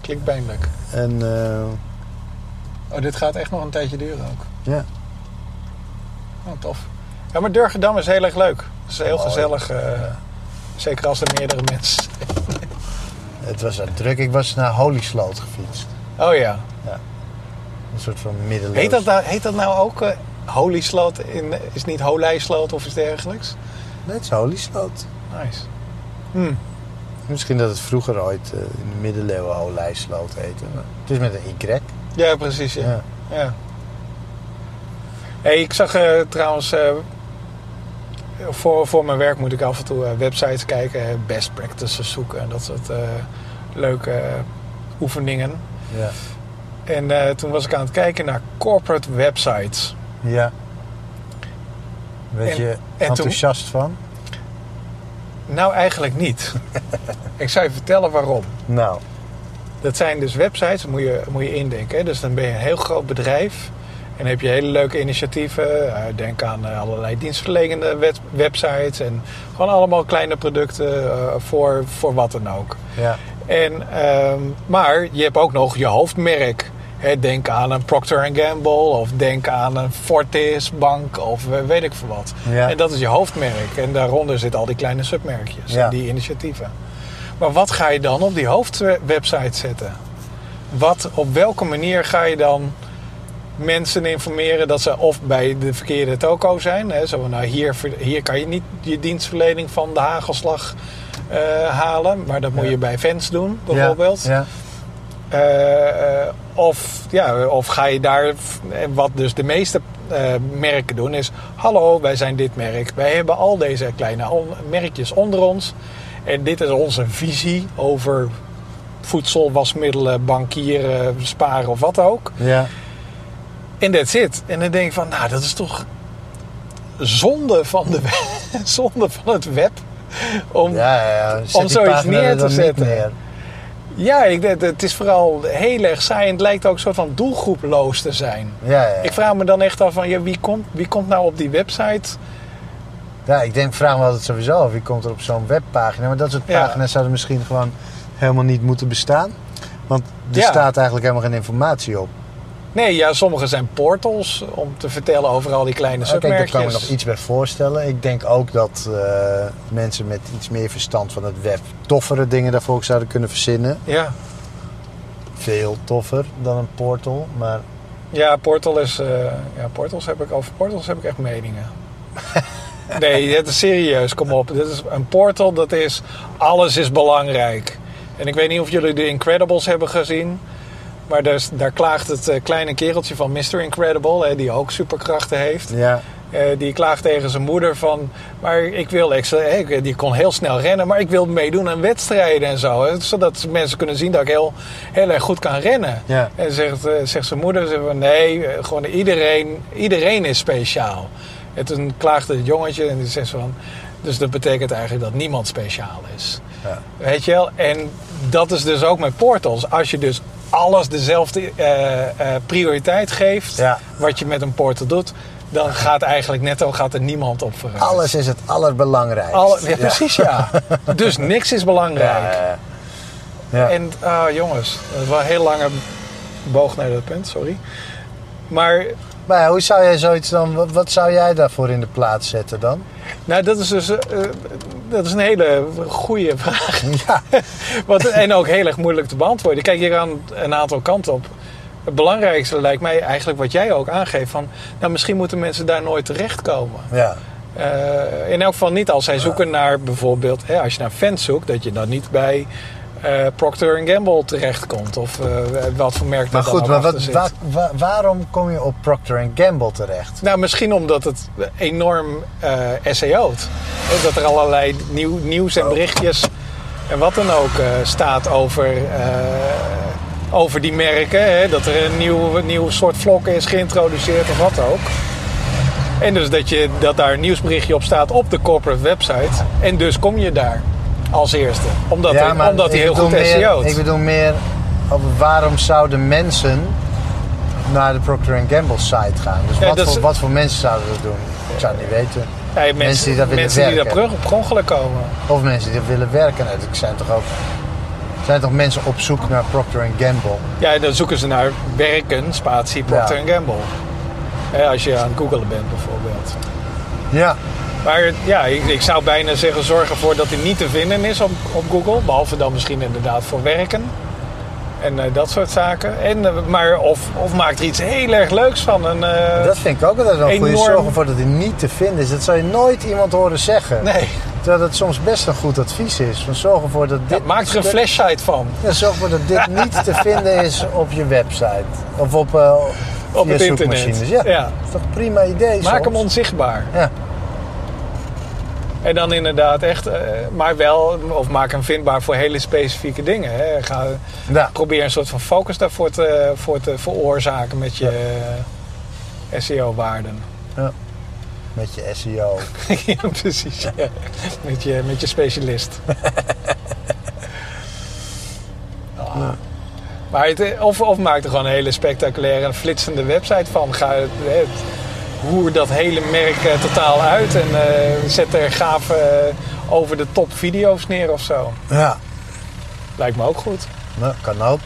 klinkt pijnlijk. En eh, Oh, dit gaat echt nog een tijdje duren ook. Ja. Oh, tof. Ja, maar Durgedam is heel erg leuk. Het is heel Mooi. gezellig. eh, zeker als er meerdere mensen zijn. het was daar druk. Ik was naar Holysloot gefietst. Oh ja. Een soort van middeleeuws. dus- Heet dat, nou- heet dat nou ook eh Holy Slot in, is niet Holy Slot of iets dergelijks. Nee, het is Holy Sloot. Nice. Hm. Misschien dat het vroeger ooit eh, in de middeleeuwen Holy Sloot heette. maar Het is met een Y. Ja, precies. Ja. Ja. Ja. Hey, ik zag eh, trouwens... eh, voor, voor mijn werk moet ik af en toe eh, websites kijken, eh, best practices zoeken en dat soort eh, leuke eh, oefeningen. Ja. En eh, toen was ik aan het kijken naar corporate websites. ja. Weet En- je toen- enthousiast van? Nou, eigenlijk niet. ik zou je vertellen waarom. Nou, Dat zijn dus websites, dat moet je, moet je indenken. Hè? Dus dan ben je een heel groot bedrijf. En heb je hele leuke initiatieven. Eh, Denk aan eh, allerlei dienstverlenende wet- websites. En gewoon allemaal kleine producten eh, voor, voor wat dan ook. ja. En, ehm, maar je hebt ook nog je hoofdmerk. Hè, denk aan een Procter Gamble of denk aan een Fortis bank of eh, weet ik veel wat. Ja. En dat is je hoofdmerk. En daaronder zitten al die kleine submerkjes Ja. en die initiatieven. Maar wat ga je dan op die hoofdwebsite zetten? Wat, op welke manier ga je dan mensen informeren dat ze of bij de verkeerde toko zijn. Hè, zo, nou, hier, ver- hier kan je niet je dienstverlening van de hagelslag eh, halen. Maar dat moet Ja. je bij fans doen, bijvoorbeeld. Ja. ja. Eh, eh, of, ja, of ga je daar, en wat dus de meeste eh, merken doen, is: Hallo, wij zijn dit merk. Wij hebben al deze kleine on- merkjes onder ons. En dit is onze visie over voedsel, wasmiddelen, bankieren, sparen of wat ook. Ja. En that's it. En dan denk ik van, nou, dat is toch zonde van, de, we- zonde van het web. Om, ja. Ja, ja, ja. Zet Om die zoiets pagina neer er te dan niet zetten. neer. ik, denk dat het is vooral heel erg saai. Het lijkt ook een soort van doelgroeploos te zijn. Ja, ja. Ik vraag me dan echt af van, ja, wie, komt, wie komt nou op die website? Ja, ik denk, vraag me altijd sowieso af wie komt er op zo'n webpagina. Maar dat soort Ja. pagina's zouden misschien gewoon helemaal niet moeten bestaan. Want er Ja. staat eigenlijk helemaal geen informatie op. Nee, ja, sommige zijn portals om te vertellen over al die kleine Oké, Ah, Eh, daar submerkjes. kan ik me nog iets bij voorstellen. Ik denk ook dat eh, mensen met iets meer verstand van het web toffere dingen daarvoor ook zouden kunnen verzinnen. Ja, Veel toffer dan een portal. Maar ja, portal is, eh, ja portals heb ik, over portals heb ik echt meningen. Nee, dit is serieus, kom op. Dit is een portal, dat is alles is belangrijk. En ik weet niet of jullie de Incredibles hebben gezien. Maar daar, is- daar klaagt het eh, kleine kereltje van Mr. Incredible, hè, die ook superkrachten heeft. ja, Eh, die klaagt tegen zijn moeder van... Maar ik wil... Ik, zei, hè, ik- die kon heel snel rennen, maar ik wil meedoen aan wedstrijden en zo. hè, zodat mensen kunnen zien dat ik heel, heel erg goed kan rennen. Ja. En zegt, eh, zegt zijn moeder... Zegt, van, nee, eh, gewoon iedereen, iedereen is speciaal. En toen klaagde het jongetje en die zegt van... Dus dat betekent eigenlijk dat niemand speciaal is. Ja. Weet je wel? En dat is dus ook met portals. Als je dus alles dezelfde eh, eh, prioriteit geeft Ja. wat je met een portal doet, dan gaat eigenlijk netto gaat er niemand op vooruit. alles is het allerbelangrijkste. Alle- ja, precies ja. Dus niks is belangrijk. Ja, ja, ja. Ja. En ah, jongens, dat is wel een heel lange boog naar dat punt, sorry. Maar Maar ja, hoe zou jij zoiets dan, wat, wat zou jij daarvoor in de plaats zetten dan? nou, dat is dus eh, eh, dat is een hele goede vraag. Ja, Wat, en ook heel erg moeilijk te beantwoorden. Kijk, je kan een aantal kanten op. Het belangrijkste lijkt mij eigenlijk wat jij ook aangeeft. Van, nou, misschien moeten mensen daar nooit terechtkomen. ja, Eh, in elk geval niet als zij zoeken naar bijvoorbeeld, hè, als je naar fans zoekt, dat je dan niet bij eh, Procter Gamble terechtkomt. Of eh, wat voor merk maar dat goed, dan maar ook wat, achter zit. waar- waar- waarom kom je op Procter Gamble terecht? Nou, misschien omdat het enorm eh SEO't. Hè, Dat er allerlei nieuw, nieuws Oh. en berichtjes en wat dan ook eh, staat over, eh, over die merken. Hè? Dat er een nieuw, een nieuw soort vlog is geïntroduceerd of wat ook. En dus dat, je, dat daar een nieuwsberichtje op staat op de corporate website. En dus kom je daar als eerste. Omdat, hij- omdat hij ik heel bedoel goed E meer, SEO't. Ik bedoel meer, over waarom zouden mensen naar de Procter Gamble site gaan? Dus Ja, wat, dat voor, is- wat voor mensen zouden dat doen? Ik zou het niet weten. Ja, mensen, mensen die die daar willen mensen die daar werken. per per ongeluk komen. Of mensen die er willen werken. Nou, Er zijn toch ook zijn toch mensen op zoek naar Procter Gamble? Ja, dan zoeken ze naar werken, spatie, Procter Gamble. Hè, als je aan het googelen bent bijvoorbeeld. Ja, Maar ja, ik, ik zou bijna zeggen, zorg ervoor dat hij niet te vinden is op, op Google. Behalve dan misschien inderdaad voor werken. En eh, dat soort zaken. En, eh, maar of, of maak er iets heel erg leuks van. En, eh, Dat vind ik ook altijd wel een goede Enorm. zorg ervoor dat hij niet te vinden is. Dat zou je nooit iemand horen zeggen. Nee, Terwijl dat soms best een goed advies is. Van zorg ervoor dat dit... ja, maak er een flashsite van. Ja, zorg ervoor dat dit niet te vinden is op je website. Of op, eh Op via het internet. zoekmachines. Ja, Ja. Dat is toch een prima idee Maak soms? hem onzichtbaar. Ja. En dan inderdaad echt, eh, maar wel, of maak hem vindbaar voor hele specifieke dingen. Hè. Ga, Ja. probeer een soort van focus daarvoor te, voor te veroorzaken met je eh, SEO-waarden. Met je E SEO. ja, precies. ja. Met, je, met je specialist. Ah. Maar het, eh, of, of maak er gewoon een hele spectaculaire en flitsende website van. Ga het, het, hoer dat hele merk eh, totaal uit en eh, zet er gaaf eh, over de top video's neer of zo. Ja. Lijkt me ook goed. Nou, kan ook.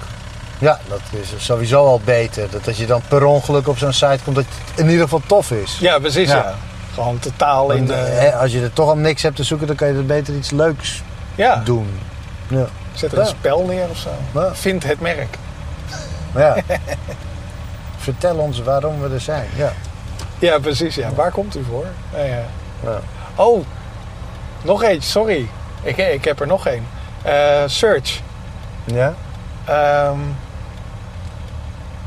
Ja, dat is sowieso al beter. Dat als je dan per ongeluk op zo'n site komt, dat het in ieder geval tof is. Ja, precies. Ja. eh, Ja. Gewoon totaal in Want, de. hè, als je er toch al niks hebt te zoeken, dan kan je er beter iets leuks ja, doen. Ja. zet er een Ja. spel neer of zo. Ja. Vind het merk. ja. Vertel ons waarom we er zijn. Ja. Ja, precies. Ja. Waar komt u voor? Nou ja. Ja. Oh, nog eentje, sorry. Ik, ik heb er nog één. Eh, search. ja? Ehm,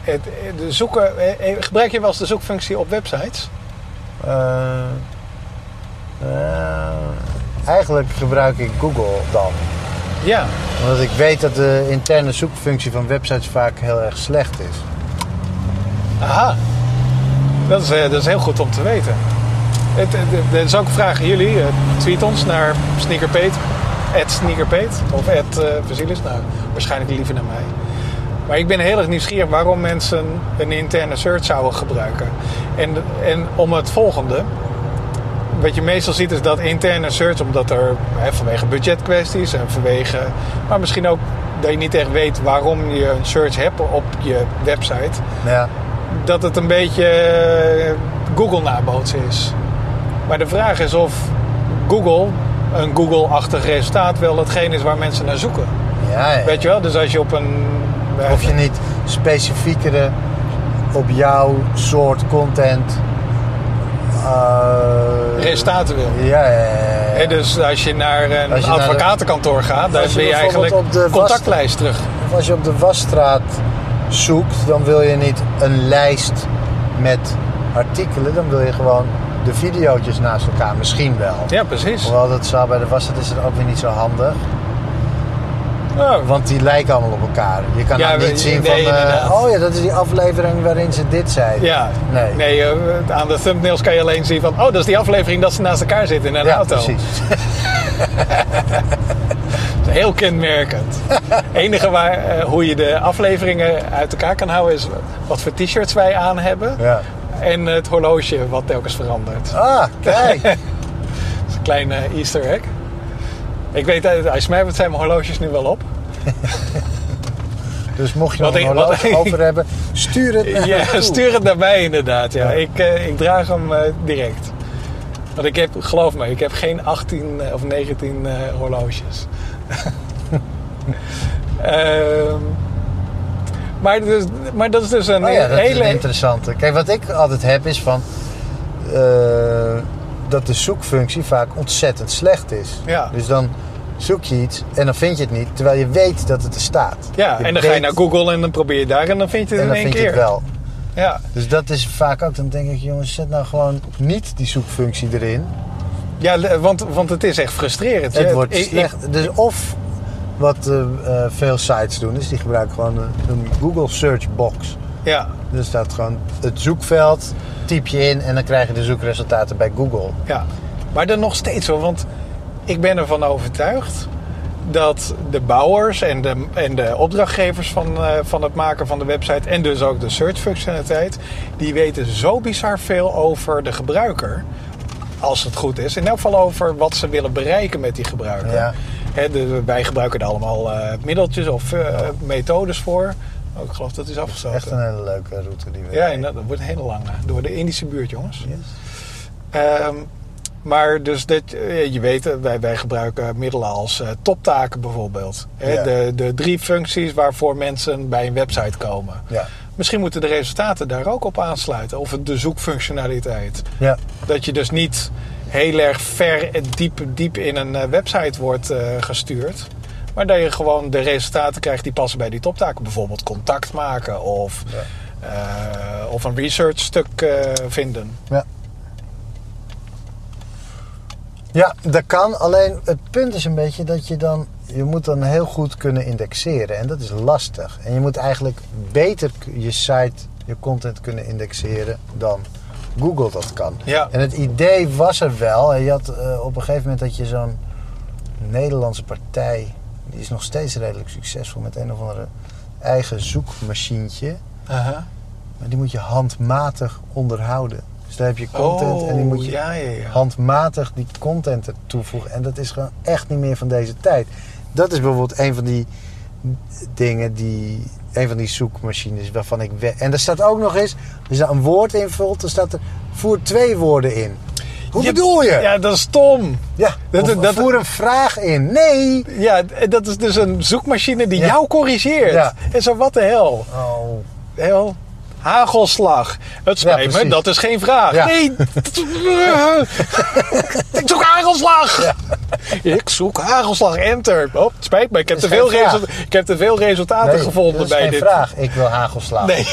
het, de zoeken, eh, eh, gebruik je wel eens de zoekfunctie op websites? Eh, eh, eigenlijk gebruik ik Google dan. Ja. Omdat ik weet dat de interne zoekfunctie van websites vaak heel erg slecht is. Aha. Dat is, eh, dat is heel goed om te weten. Het, het, het- dat is ook een vraag aan jullie. Eh, tweet ons naar sneakerpeet. At sneakerpeet. Of at eh, Vasilis. Nou, waarschijnlijk liever naar mij. Maar ik ben heel erg nieuwsgierig waarom mensen een interne search zouden gebruiken. En, en om het volgende. Wat je meestal ziet is dat interne search, omdat er hè, vanwege budgetkwesties en vanwege. Maar misschien ook dat je niet echt weet waarom je een search hebt op je website Ja. dat het een beetje eh, Google nabootsen is. Maar de vraag is of Google, een Google-achtig resultaat, wel hetgeen is waar mensen naar zoeken. Ja, ja. Weet je wel? Dus als je op een. eh, Of je niet specifiekere op jouw soort content. eh, resultaten wil. Ja, ja, ja, ja. Hè, dus als je naar een Als je naar de- advocatenkantoor gaat, dan Als je ben je bijvoorbeeld eigenlijk op de vast- contactlijst terug. Of als je op de wasstraat zoekt, dan wil je niet een lijst met artikelen. Dan wil je gewoon de videootjes naast elkaar. Misschien wel. Ja, precies. Hoewel dat zou bij de wasstraat is het ook weer niet zo handig. Ja, Want die lijken allemaal op elkaar. Je kan Ja, nou we- niet zien nee, van... eh, inderdaad. oh ja, dat is die aflevering waarin ze dit zeiden. ja. Nee. nee eh, aan de thumbnails kan je alleen zien van, oh, dat is die aflevering dat ze naast elkaar zitten in een ja auto. precies. Heel kenmerkend. Het enige waar, eh, hoe je de afleveringen uit elkaar kan houden is wat voor t-shirts wij aan hebben. Ja. En het horloge wat telkens verandert. Ah, kijk. Dat is een kleine easter egg. Ik weet, eh, als je mij wat zijn mijn horloges nu wel op. Dus mocht je Wat nog een ik- wat horloge ik- over hebben, stuur het naar Ja, mij toe. stuur het naar mij inderdaad. Ja. Ja. Ik, eh, ik draag hem eh, direct. Want ik heb, geloof me, ik heb geen 18 of 19 eh, horloges. Ehm, maar, dus, maar dat is dus een Oh ja, dat is hele... een interessante. Kijk, wat ik altijd heb is van... eh, dat de zoekfunctie vaak ontzettend slecht is. Ja. Dus dan zoek je iets en dan vind je het niet, terwijl je weet dat het er staat. ja, en dan ga je weet- naar Google en dan probeer je daar en dan vind je En het in dan één vind keer. je het wel. Ja, Dus dat is vaak ook, dan denk ik, jongens, zet nou gewoon niet die zoekfunctie erin. ja le- want, want het is echt frustrerend. Het Ja, wordt ik- ik- slecht. Dus of wat eh, eh, veel sites doen, is die gebruiken gewoon een, een Google search box. ja, Er staat gewoon het zoekveld, typ je in en dan krijg je de zoekresultaten bij Google. Ja, maar dan nog steeds hoor, want ik ben ervan overtuigd dat de bouwers en de, en de opdrachtgevers van, eh, van het maken van de website en dus ook de search functionaliteit, die weten zo bizar veel over de gebruiker. Als het goed is. In elk geval over wat ze willen bereiken met die gebruiker. Ja. Hè, de- wij gebruiken er allemaal eh, middeltjes of eh, methodes voor. Oh, ik geloof dat is afgesloten. Echt een hele leuke route die we Ja, en dat, dat wordt heel lang. eh, Door de Indische buurt, jongens. Yes. Ehm, Maar dus dat, eh, je weet, eh, wij, wij gebruiken middelen als eh, toptaken bijvoorbeeld. Hè, Ja. de, de drie functies waarvoor mensen bij een website komen. Ja. Misschien moeten de resultaten daar ook op aansluiten. Of het de zoekfunctionaliteit. Ja. Dat je dus niet heel erg ver en diep, diep in een eh, website wordt eh, gestuurd. Maar dat je gewoon de resultaten krijgt die passen bij die toptaken. Bijvoorbeeld contact maken of, Ja. eh, of een researchstuk eh, vinden. Ja. Ja, dat kan. Alleen het punt is een beetje dat je dan... Je moet dan heel goed kunnen indexeren. En dat is lastig. En je moet eigenlijk beter k- je site, je content kunnen indexeren dan Google dat kan. Ja. En het idee was er wel. En Je had eh, op een gegeven moment dat je zo'n Nederlandse partij... Die is nog steeds redelijk succesvol met een of andere eigen zoekmachientje. Maar die moet je handmatig onderhouden. Dus daar heb je content en die moet je Oh, ja, ja, ja. handmatig die content er toevoegen. En dat is gewoon echt niet meer van deze tijd. Dat is bijvoorbeeld een van die dingen die... Een van die zoekmachines waarvan ik... we- en er staat ook nog eens... Als je daar een woord invult, dan staat er... Voer twee woorden in. Hoe Ja, bedoel je? Ja, Ja, dat is stom. dat- of dat- voer een vraag in. Nee! Ja, dat is dus een zoekmachine die Ja. jou corrigeert. Ja. En zo, wat de hel. Oh. Hel. Hagelslag. Het Ja, spijt me, precies. dat is geen vraag. Ja. Nee. ik zoek hagelslag. Ik zoek hagelslag. Enter. Oh, het spijt me, ik heb, Is te geen veel, vraag. resu- ik heb te veel resultaten Nee, gevonden dat is bij geen dit. vraag. Ik wil hagelslaan. Nee.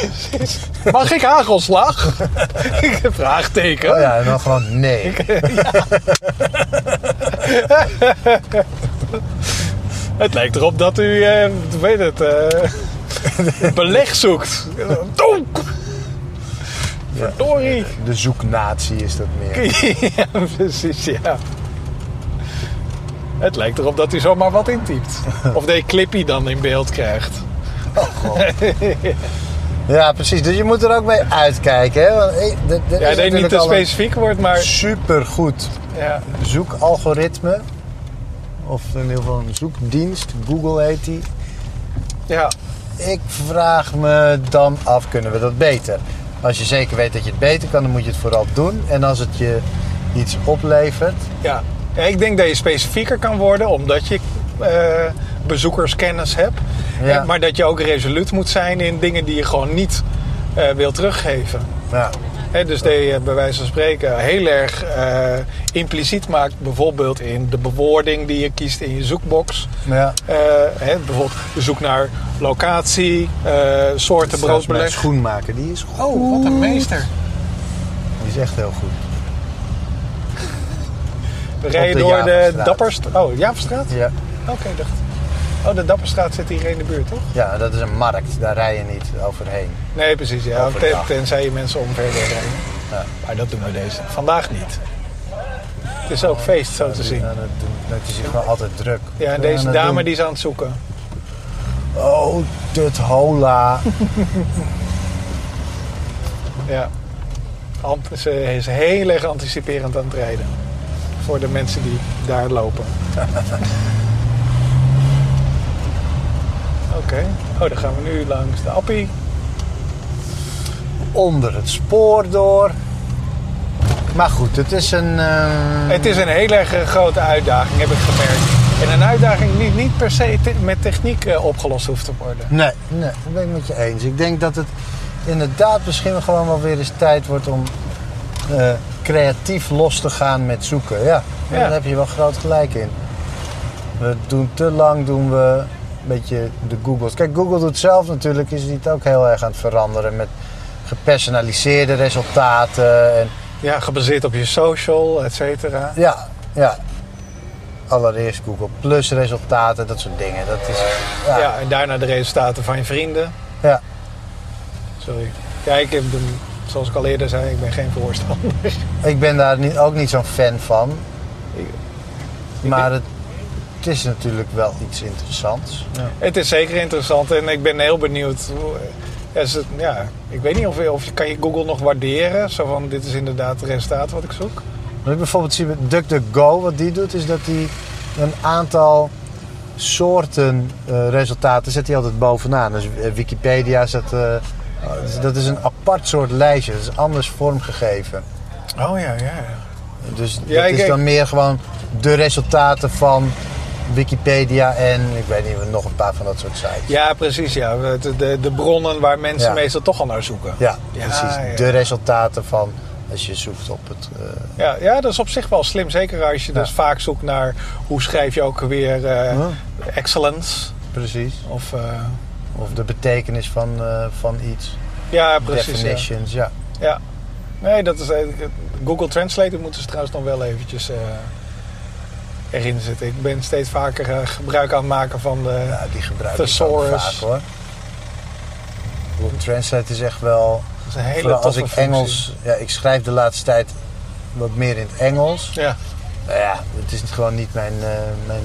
Mag ik hagelslag? Vraagteken. Oh ja, en dan gewoon nee. Het lijkt erop dat u, eh weet het, eh beleg zoekt. Donk! Verdorie! De zoeknatie is dat meer. Ja, precies, ja. Het lijkt erop dat u zomaar wat intypt. Of dat je Clippy dan in beeld krijgt. Ja, precies. Dus je moet er ook mee uitkijken. Hè? Want, hey, d- d- er Ja, is dat je niet natuurlijk te al een specifiek wordt, maar... supergoed Ja, zoekalgoritme. Of in ieder geval een zoekdienst. Google heet die. ja. Ik vraag me dan af, kunnen we dat beter? Als je zeker weet dat je het beter kan, dan moet je het vooral doen. En als het je iets oplevert... Ja. Ja, ik denk dat je specifieker kan worden omdat je eh, bezoekerskennis hebt. Ja. Eh, Maar dat je ook resoluut moet zijn in dingen die je gewoon niet eh, wil teruggeven. nou Ja, Hè, dus dat je bij wijze van spreken heel erg eh, impliciet maakt, bijvoorbeeld in de bewoording die je kiest in je zoekbox. ja. Eh, hè, bijvoorbeeld zoek naar locatie, eh, Trouwens, soorten mijn broodbeleg. schoenmaker, die is goed. Oh, wat een meester. Die is echt heel goed. We rijden de door de Javastraat. Dapperstraat. Oh, Javastraat? Ja. Oké, dacht. Oh, de Dapperstraat zit hier in de buurt, toch? ja, dat is een markt. Daar rij je niet overheen. Nee, precies. Ja. Ten, Overdag. tenzij je mensen omver wil rijden. Ja. Maar dat doen we deze. Vandaag niet. Het is ook feest, zo te zien. Ja, dat, dat is hier gewoon altijd druk. Ja, en deze dame die is aan het zoeken. Oh, tut hola. Ja. Ant- Ze is heel erg anticiperend aan het rijden. Voor de mensen die daar lopen. Oké. Oh, dan gaan we nu langs de appie. Onder het spoor door. Maar goed, het is een... eh, Het is een hele erg eh, grote uitdaging, heb ik gemerkt. En een uitdaging die niet per se te- met techniek eh, opgelost hoeft te worden. Nee, nee, dat ben ik met je eens. Ik denk dat het inderdaad misschien gewoon wel weer eens tijd wordt om eh, creatief los te gaan met zoeken. Ja, Ja. daar heb je wel groot gelijk in. We doen te lang doen we een beetje de Googles. Kijk, Google doet zelf natuurlijk, is die het ook heel erg aan het veranderen met gepersonaliseerde resultaten. En, Ja, gebaseerd op je social, et cetera. ja, ja. Allereerst Google Plus resultaten, dat soort dingen. Dat is, ja, ja. Ja, en daarna de resultaten van je vrienden. ja. Sorry. Ja, ik heb hem, zoals ik al eerder zei, ik ben geen voorstander. Ik ben daar niet, ook niet zo'n fan van. Maar het, het is natuurlijk wel iets interessants. Het is zeker interessant en ik ben heel benieuwd. hoe- Is het, ja, ik weet niet of, of je- kan je Google nog waarderen. Zo van, dit is inderdaad het resultaat wat ik zoek. Wat ik bijvoorbeeld zie met DuckDuckGo, wat die doet, is dat hij een aantal soorten eh, resultaten zet hij altijd bovenaan. Dus eh, Wikipedia zet, eh, dat is een apart soort lijstje. Dat is anders vormgegeven. Oh ja, ja, ja. Dus Ja, het ik- is dan meer gewoon de resultaten van Wikipedia en ik weet niet, nog een paar van dat soort sites. Ja, precies. Ja. De, de, de bronnen waar mensen Ja. meestal toch al naar zoeken. Ja, Ja, precies. ja. De resultaten van als je zoekt op het. eh, Ja, ja, dat is op zich wel slim. Zeker als je Ja. dus vaak zoekt naar hoe schrijf je ook weer eh, Ja. excellence. precies. Of, eh, Of de betekenis van, eh, van iets. ja, precies. ja. Definitions, ja. Ja. Nee, dat is eigenlijk- Google Translate moeten ze trouwens nog wel eventjes eh, erin zitten. Ik ben steeds vaker eh, gebruik aan het maken van de... Ja, die gebruik ik ook Thesaurus. vaak hoor. Google Translate is echt wel. dat is een hele Vooral als toffe ik functie. Engels. Ja, ik schrijf de laatste tijd wat meer in het Engels. Ja, Nou ja, het is gewoon niet mijn. eh, mijn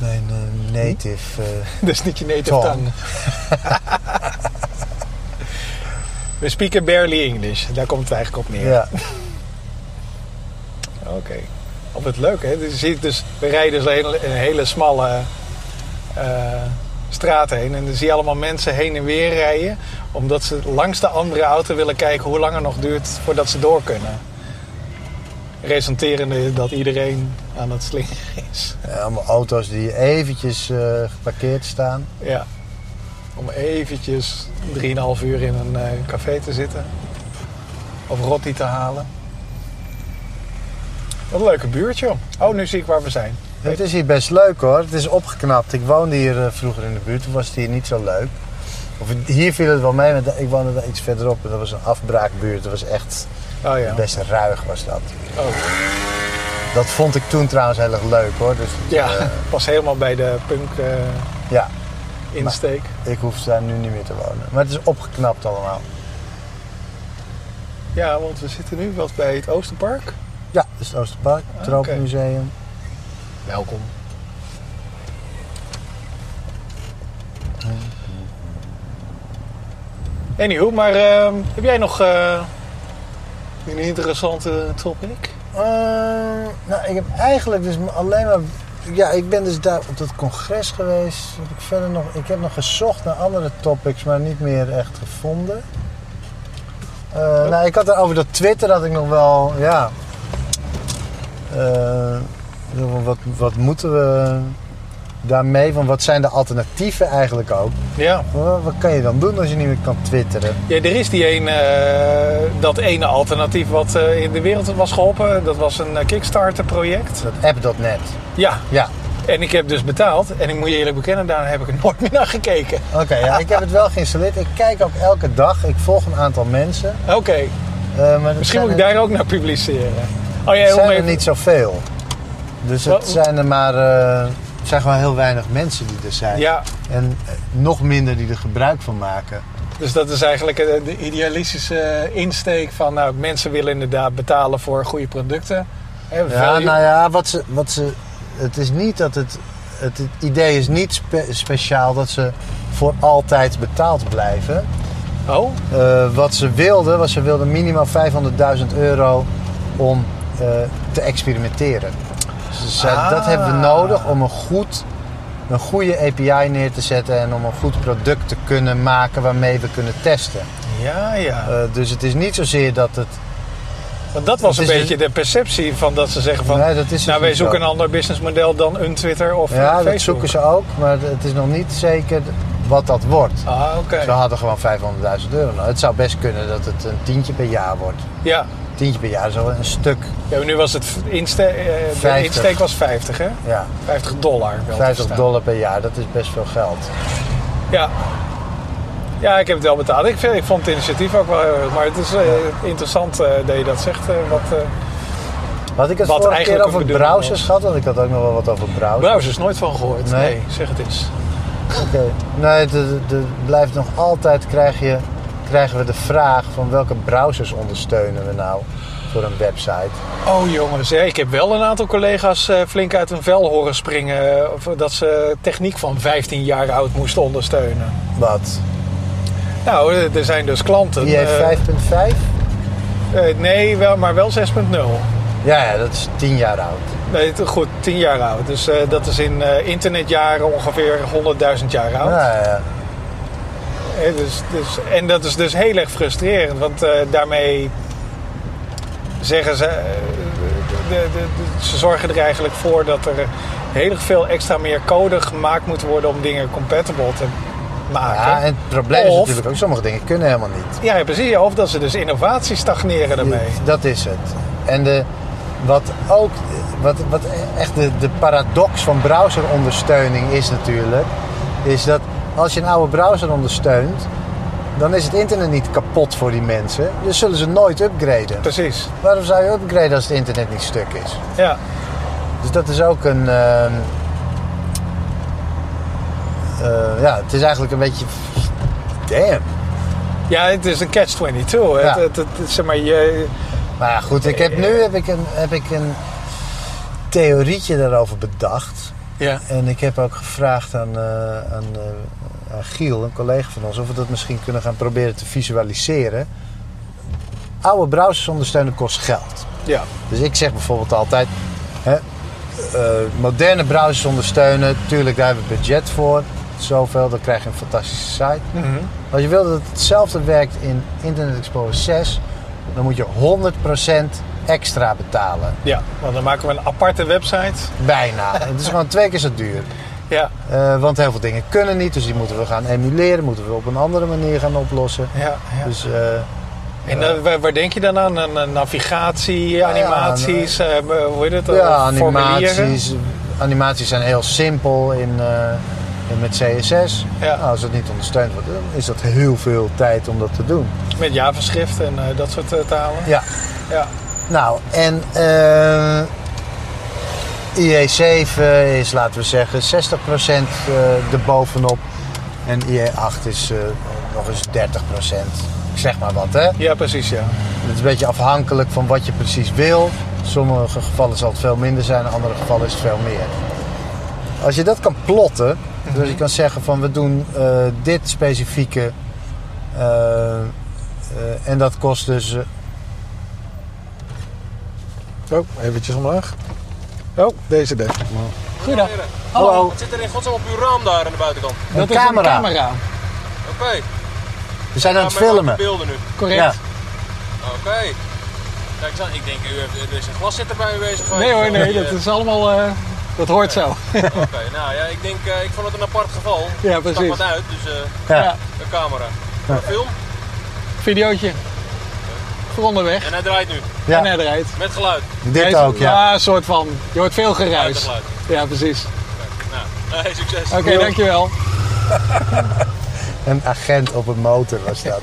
mijn eh, native. eh, dat is niet je native Tong. tongue. We speaking barely English. Daar komt het eigenlijk op neer. ja. Oké. Oh, wat leuk, hè? Dus je ziet dus, we rijden dus een, een hele smalle eh, straat heen. En dan zie je allemaal mensen heen en weer rijden. Omdat ze langs de andere auto willen kijken hoe lang het nog duurt voordat ze door kunnen. Resulterende dat iedereen aan het slingeren is. Ja, Eh, Allemaal auto's die eventjes eh, geparkeerd staan. Ja. Om eventjes 3,5 uur in een eh, café te zitten. Of rotti te halen. Wat een leuke buurt, joh. Oh, nu zie ik waar we zijn. Het is hier best leuk hoor. Het is opgeknapt. Ik woonde hier eh, vroeger in de buurt. Toen was het hier niet zo leuk. Of, hier viel het wel mee, want ik woonde daar iets verderop. En dat was een afbraakbuurt. Dat was echt Oh ja. best ruig was dat. Oh. Dat vond ik toen trouwens heel erg leuk hoor. Dus Ja, eh, pas helemaal bij de punk eh, ja, Nou. insteek. ik hoef daar nu niet meer te wonen. Maar het is opgeknapt allemaal. Ja, want we zitten nu wat bij het Oosterpark. Ja, dus het Oosterpark, Ah, het Tropenmuseum. Welkom. Anywho, maar ehm, heb jij nog eh, een interessante topic? Eh, nou, ik heb eigenlijk dus alleen maar... Ja, ik ben dus daar op dat congres geweest. Heb ik, verder nog, ik heb nog gezocht naar andere topics, maar niet meer echt gevonden. Eh, Nou, ik had er over dat Twitter had ik nog wel... Ja, Eh, wat, wat moeten we daarmee? Van wat zijn de alternatieven eigenlijk ook? Ja. Wa- Wat kan je dan doen als je niet meer kan twitteren? ja, er is die een, eh, dat ene alternatief wat eh, in de wereld was geholpen. Dat was een eh, Kickstarter-project. Dat app.net. Ja, Ja, en ik heb dus betaald. En ik moet je eerlijk bekennen, daar heb ik er nooit meer naar gekeken. oké. ja, ik heb het wel geïnstalleerd. Ik kijk ook elke dag. Ik volg een aantal mensen. Oké. Eh, maar dat Misschien zijn moet ik er- daar ook naar publiceren. Oh ja, Het om zijn er even- niet zoveel. Dus het Wat- zijn er maar... eh, het zijn gewoon heel weinig mensen die er zijn. Ja, En eh, nog minder die er gebruik van maken. dus dat is eigenlijk eh, de idealistische eh, insteek van... nou, mensen willen inderdaad betalen voor goede producten. Eh, Hè, Ja, value. nou ja, wat ze, wat ze... Het is niet dat het... Het, het idee is niet spe- speciaal dat ze voor altijd betaald blijven. Oh, Eh, wat ze wilden, was ze wilden minimaal 500.000 euro om eh, te experimenteren. Dus Ze zeiden, Ah. dat hebben we nodig om een, goed, een goede API neer te zetten en om een goed product te kunnen maken waarmee we kunnen testen. ja, ja. Eh, dus het is niet zozeer dat het... Want dat was een het is beetje de perceptie van dat ze zeggen van... nee, dat is het nou, wij niet zo. zoeken een ander businessmodel dan een Twitter of een Ja, Facebook. dat zoeken ze ook, maar het is nog niet zeker wat dat wordt. Ah, oké. Ze hadden gewoon 500.000 euro. Nou, het zou best kunnen dat het een tientje per jaar wordt. Ja. Tientje per jaar is al een stuk, ja, maar nu was het inste eh, de 50. insteek was 50, hè? ja. 50 dollar. wel te 50 verstaan. dollar per jaar, dat is best veel geld. Ja. Ja, ik heb het wel betaald. Ik, vind, ik vond het initiatief ook wel heel erg. Maar het is eh, interessant eh, dat je dat zegt. eh, wat, eh, Had ik het Wat vorige keer eigenlijk over een bedoeling browsers was. gehad? Want ik had ook nog wel wat over browsers. browsers, dus nooit van gehoord. Nee. Nee. zeg het eens. Oké. Nee, de, de, de- blijft nog altijd krijg je, krijgen we de vraag van welke browsers ondersteunen we nou voor een website. Oh jongens, hè, ik heb wel een aantal collega's eh, flink uit een vel horen springen. eh, voor- dat ze techniek van 15 jaar oud moesten ondersteunen. Wat? Nou, eh, er zijn dus klanten. Die heeft eh, 5.5? eh, nee, wel, maar wel 6.0. Ja, ja, dat is 10 jaar oud. Nee, t- goed, 10 jaar oud. Dus eh, dat is in eh, internetjaren ongeveer 100.000 jaar oud. Ja, ja. Hè, dus, dus, en dat is dus heel erg frustrerend, want eh, daarmee zeggen ze, eh, de, de, de- ze zorgen er eigenlijk voor dat er heel veel extra meer code gemaakt moet worden om dingen compatible te maken. Ja, en het probleem is Of- natuurlijk ook, sommige dingen kunnen helemaal niet. Ja, ja, precies. Ja, Of dat ze dus innovatie stagneren daarmee. Dat is het. En de, wat ook, wat, wat echt de, de paradox van browserondersteuning is natuurlijk, is dat als je een oude browser ondersteunt, dan is het internet niet kapot voor die mensen. Dus zullen ze nooit upgraden. Precies. Waarom zou je upgraden als het internet niet stuk is? Ja. Dus dat is ook een. ehm, eh, ja, het is eigenlijk een beetje. Damn. ja, het is een catch-22. Ja. Het, het, het- zeg maar, je, Maar ja, goed, ik heb, nu heb ik, een, heb ik een theorietje daarover bedacht. ja. En ik heb ook gevraagd aan, eh, aan, eh, aan Giel, een collega van ons, of we dat misschien kunnen gaan proberen te visualiseren. Oude browsers ondersteunen kost geld. Ja. Dus ik zeg bijvoorbeeld altijd: hè, eh, moderne browsers ondersteunen, tuurlijk daar hebben we budget voor. Zoveel, dan krijg je een fantastische site. Mhm. Als je wil dat het hetzelfde werkt in Internet Explorer 6, dan moet je 100% extra betalen. ja, want dan maken we een aparte website. Bijna. Het is gewoon twee keer zo duur. Ja, Eh, want heel veel dingen kunnen niet, dus die moeten we gaan emuleren, moeten we op een andere manier gaan oplossen. ja, ja. Dus eh, en eh, waar, waar denk je dan aan? Aan, aan navigatie, animaties, eh, hoe heet het? eh, ja, formulieren? animaties, animaties zijn heel simpel in, eh, in- met CSS. Ja. Nou, als dat niet ondersteund wordt, dan is dat heel veel tijd om dat te doen. Met JavaScript en eh, dat soort eh, talen. Ja. Ja. Nou, en eh IE7 is, laten we zeggen, 60% eh erbovenop. En IE8 is eh, nog eens 30%. Ik zeg maar wat, hè? ja, precies, ja. Het is een beetje afhankelijk van wat je precies wil. In sommige gevallen zal het veel minder zijn, in andere gevallen is het veel meer. Als je dat kan plotten, dus je kan zeggen van we doen eh, dit specifieke eh, eh, en dat kost dus... eh, Oh, eventjes omlaag. Oh, deze dek. Goeiedag. Hallo. Wat zit er in godsnaam op uw raam daar aan de buitenkant? Oh, Een camera. Oké. We zijn aan het daarmee filmen. maak ik beelden nu. Ja. Correct. Oké. Kijk eens aan, ik denk, u heeft, er is een glaszit erbij bezig geweest. Nee hoor, nee, Eh, dat is allemaal... eh, dat hoort zo. Oké, nou ja, ik denk, eh, ik vond het een apart geval. Ja, Het stak precies. wat uit, dus eh, Ja. Ja. een camera. Een film, Videootje. Voor onderweg. en hij draait nu. En ja, hij eruit. Met geluid. dit Deze- ook, ja. een soort van. Je hoort veel Uit geruis. geluid. Ja, precies. Nou, hey, succes. Oké, dankjewel. Een agent op een motor was dat.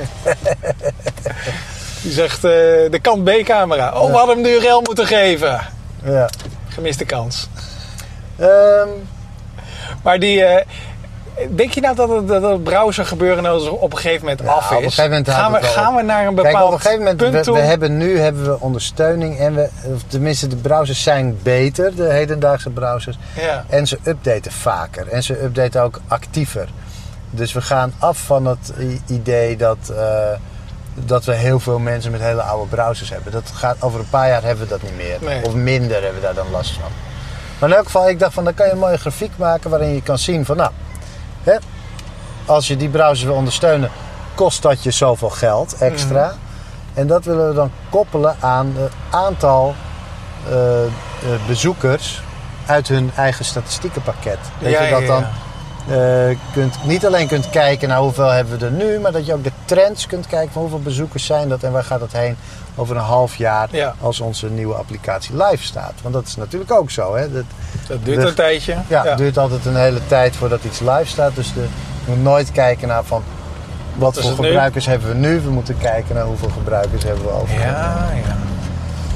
Die zegt eh, de kant B-camera. Oh, we hadden hem de URL moeten geven. ja. Gemiste kans. Ehm, Maar die... eh, denk je nou dat het, dat het browser gebeuren nou op een gegeven moment Ja, af is? op een gegeven moment gaan, houdt we, het wel gaan op. we naar een Kijk, bepaald op een gegeven moment, punt we, toe? we hebben nu hebben we ondersteuning en we, of tenminste de browsers zijn beter, de hedendaagse browsers. Ja. En ze updaten vaker en ze updaten ook actiever. Dus we gaan af van het i- idee dat, eh, dat we heel veel mensen met hele oude browsers hebben. Dat gaat, over een paar jaar hebben we dat niet meer. Nee. Of minder hebben we daar dan last van. Maar in elk geval, ik dacht van, dan kan je een mooie grafiek maken waarin je kan zien van, nou, hè, als je die browser wil ondersteunen, kost dat je zoveel geld extra. Mhm. En dat willen we dan koppelen aan het aantal eh, eh, bezoekers uit hun eigen statistiekenpakket. Dat Ja, je dat ja, dan ja. eh, kunt, niet alleen kunt kijken naar hoeveel hebben we er nu, maar dat je ook de trends kunt kijken van hoeveel bezoekers zijn dat en waar gaat dat heen over een half jaar Ja. als onze nieuwe applicatie live staat. Want dat is natuurlijk ook zo. Hè? Dat, Dat duurt de- een tijdje. ja, Het duurt altijd een hele tijd voordat iets live staat. Dus de, je moet nooit kijken naar van wat is voor het nu? gebruikers hebben we nu. We moeten kijken naar hoeveel gebruikers hebben we over. ja. ja.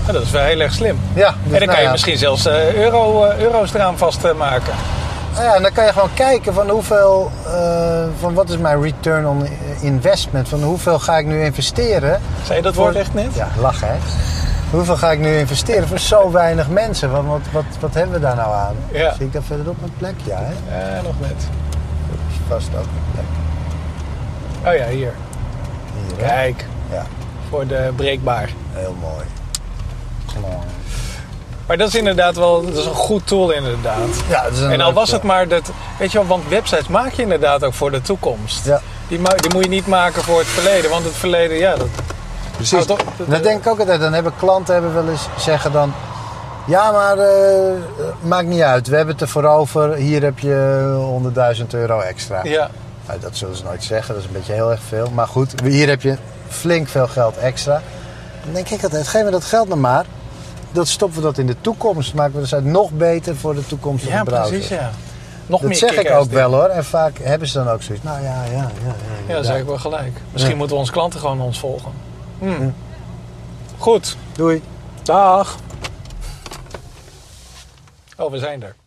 Nou, dat is wel heel erg slim. Ja, dus en dan nou kan je ja. misschien zelfs eh, euro, eh, euro's eraan vastmaken. Nou ja, en dan kan je gewoon kijken van hoeveel, eh, van wat is mijn return on investment? Van hoeveel ga ik nu investeren? Zei je dat woord echt net? Ja, lachen hè. Hoeveel ga ik nu investeren voor zo weinig mensen? Want wat, wat, wat hebben we daar nou aan? Ja. Zie ik dat verderop mijn plek? Ja, hè? Eh, nog net. Vast ook een plek. Oh ja, hier. Hier, hè? Kijk. Ja. Voor de breekbaar. Heel mooi. Gewoon. Maar dat is inderdaad wel dat is een goed tool inderdaad. Ja, dat is een En al leuk, was eh, het maar dat, weet je wel, want websites maak je inderdaad ook voor de toekomst. Ja. Die, ma- die moet je niet maken voor het verleden, want het verleden, ja, dat, Precies. Nou, En Dat denk ik ook altijd. Dan hebben klanten hebben wel eens zeggen dan... Ja, maar eh, maakt niet uit. We hebben het ervoor over. Hier heb je 100.000 euro extra. Ja, Nou, dat zullen ze nooit zeggen. Dat is een beetje heel erg veel. Maar goed, hier heb je flink veel geld extra. Dan denk ik altijd, geef me dat geld nou maar. Dat stoppen we dat in de toekomst. Maken we de site nog beter voor de toekomst van ja de browser. precies, ja. Nog meer Dat zeg ik kick-ass ook dingen. wel hoor. En vaak hebben ze dan ook zoiets. Nou ja, ja, ja. Ja, dat inderdaad. is eigenlijk wel gelijk. Misschien Ja. moeten onze klanten gewoon ons volgen. Hmm. Goed. Doei. Dag. Oh, we zijn er.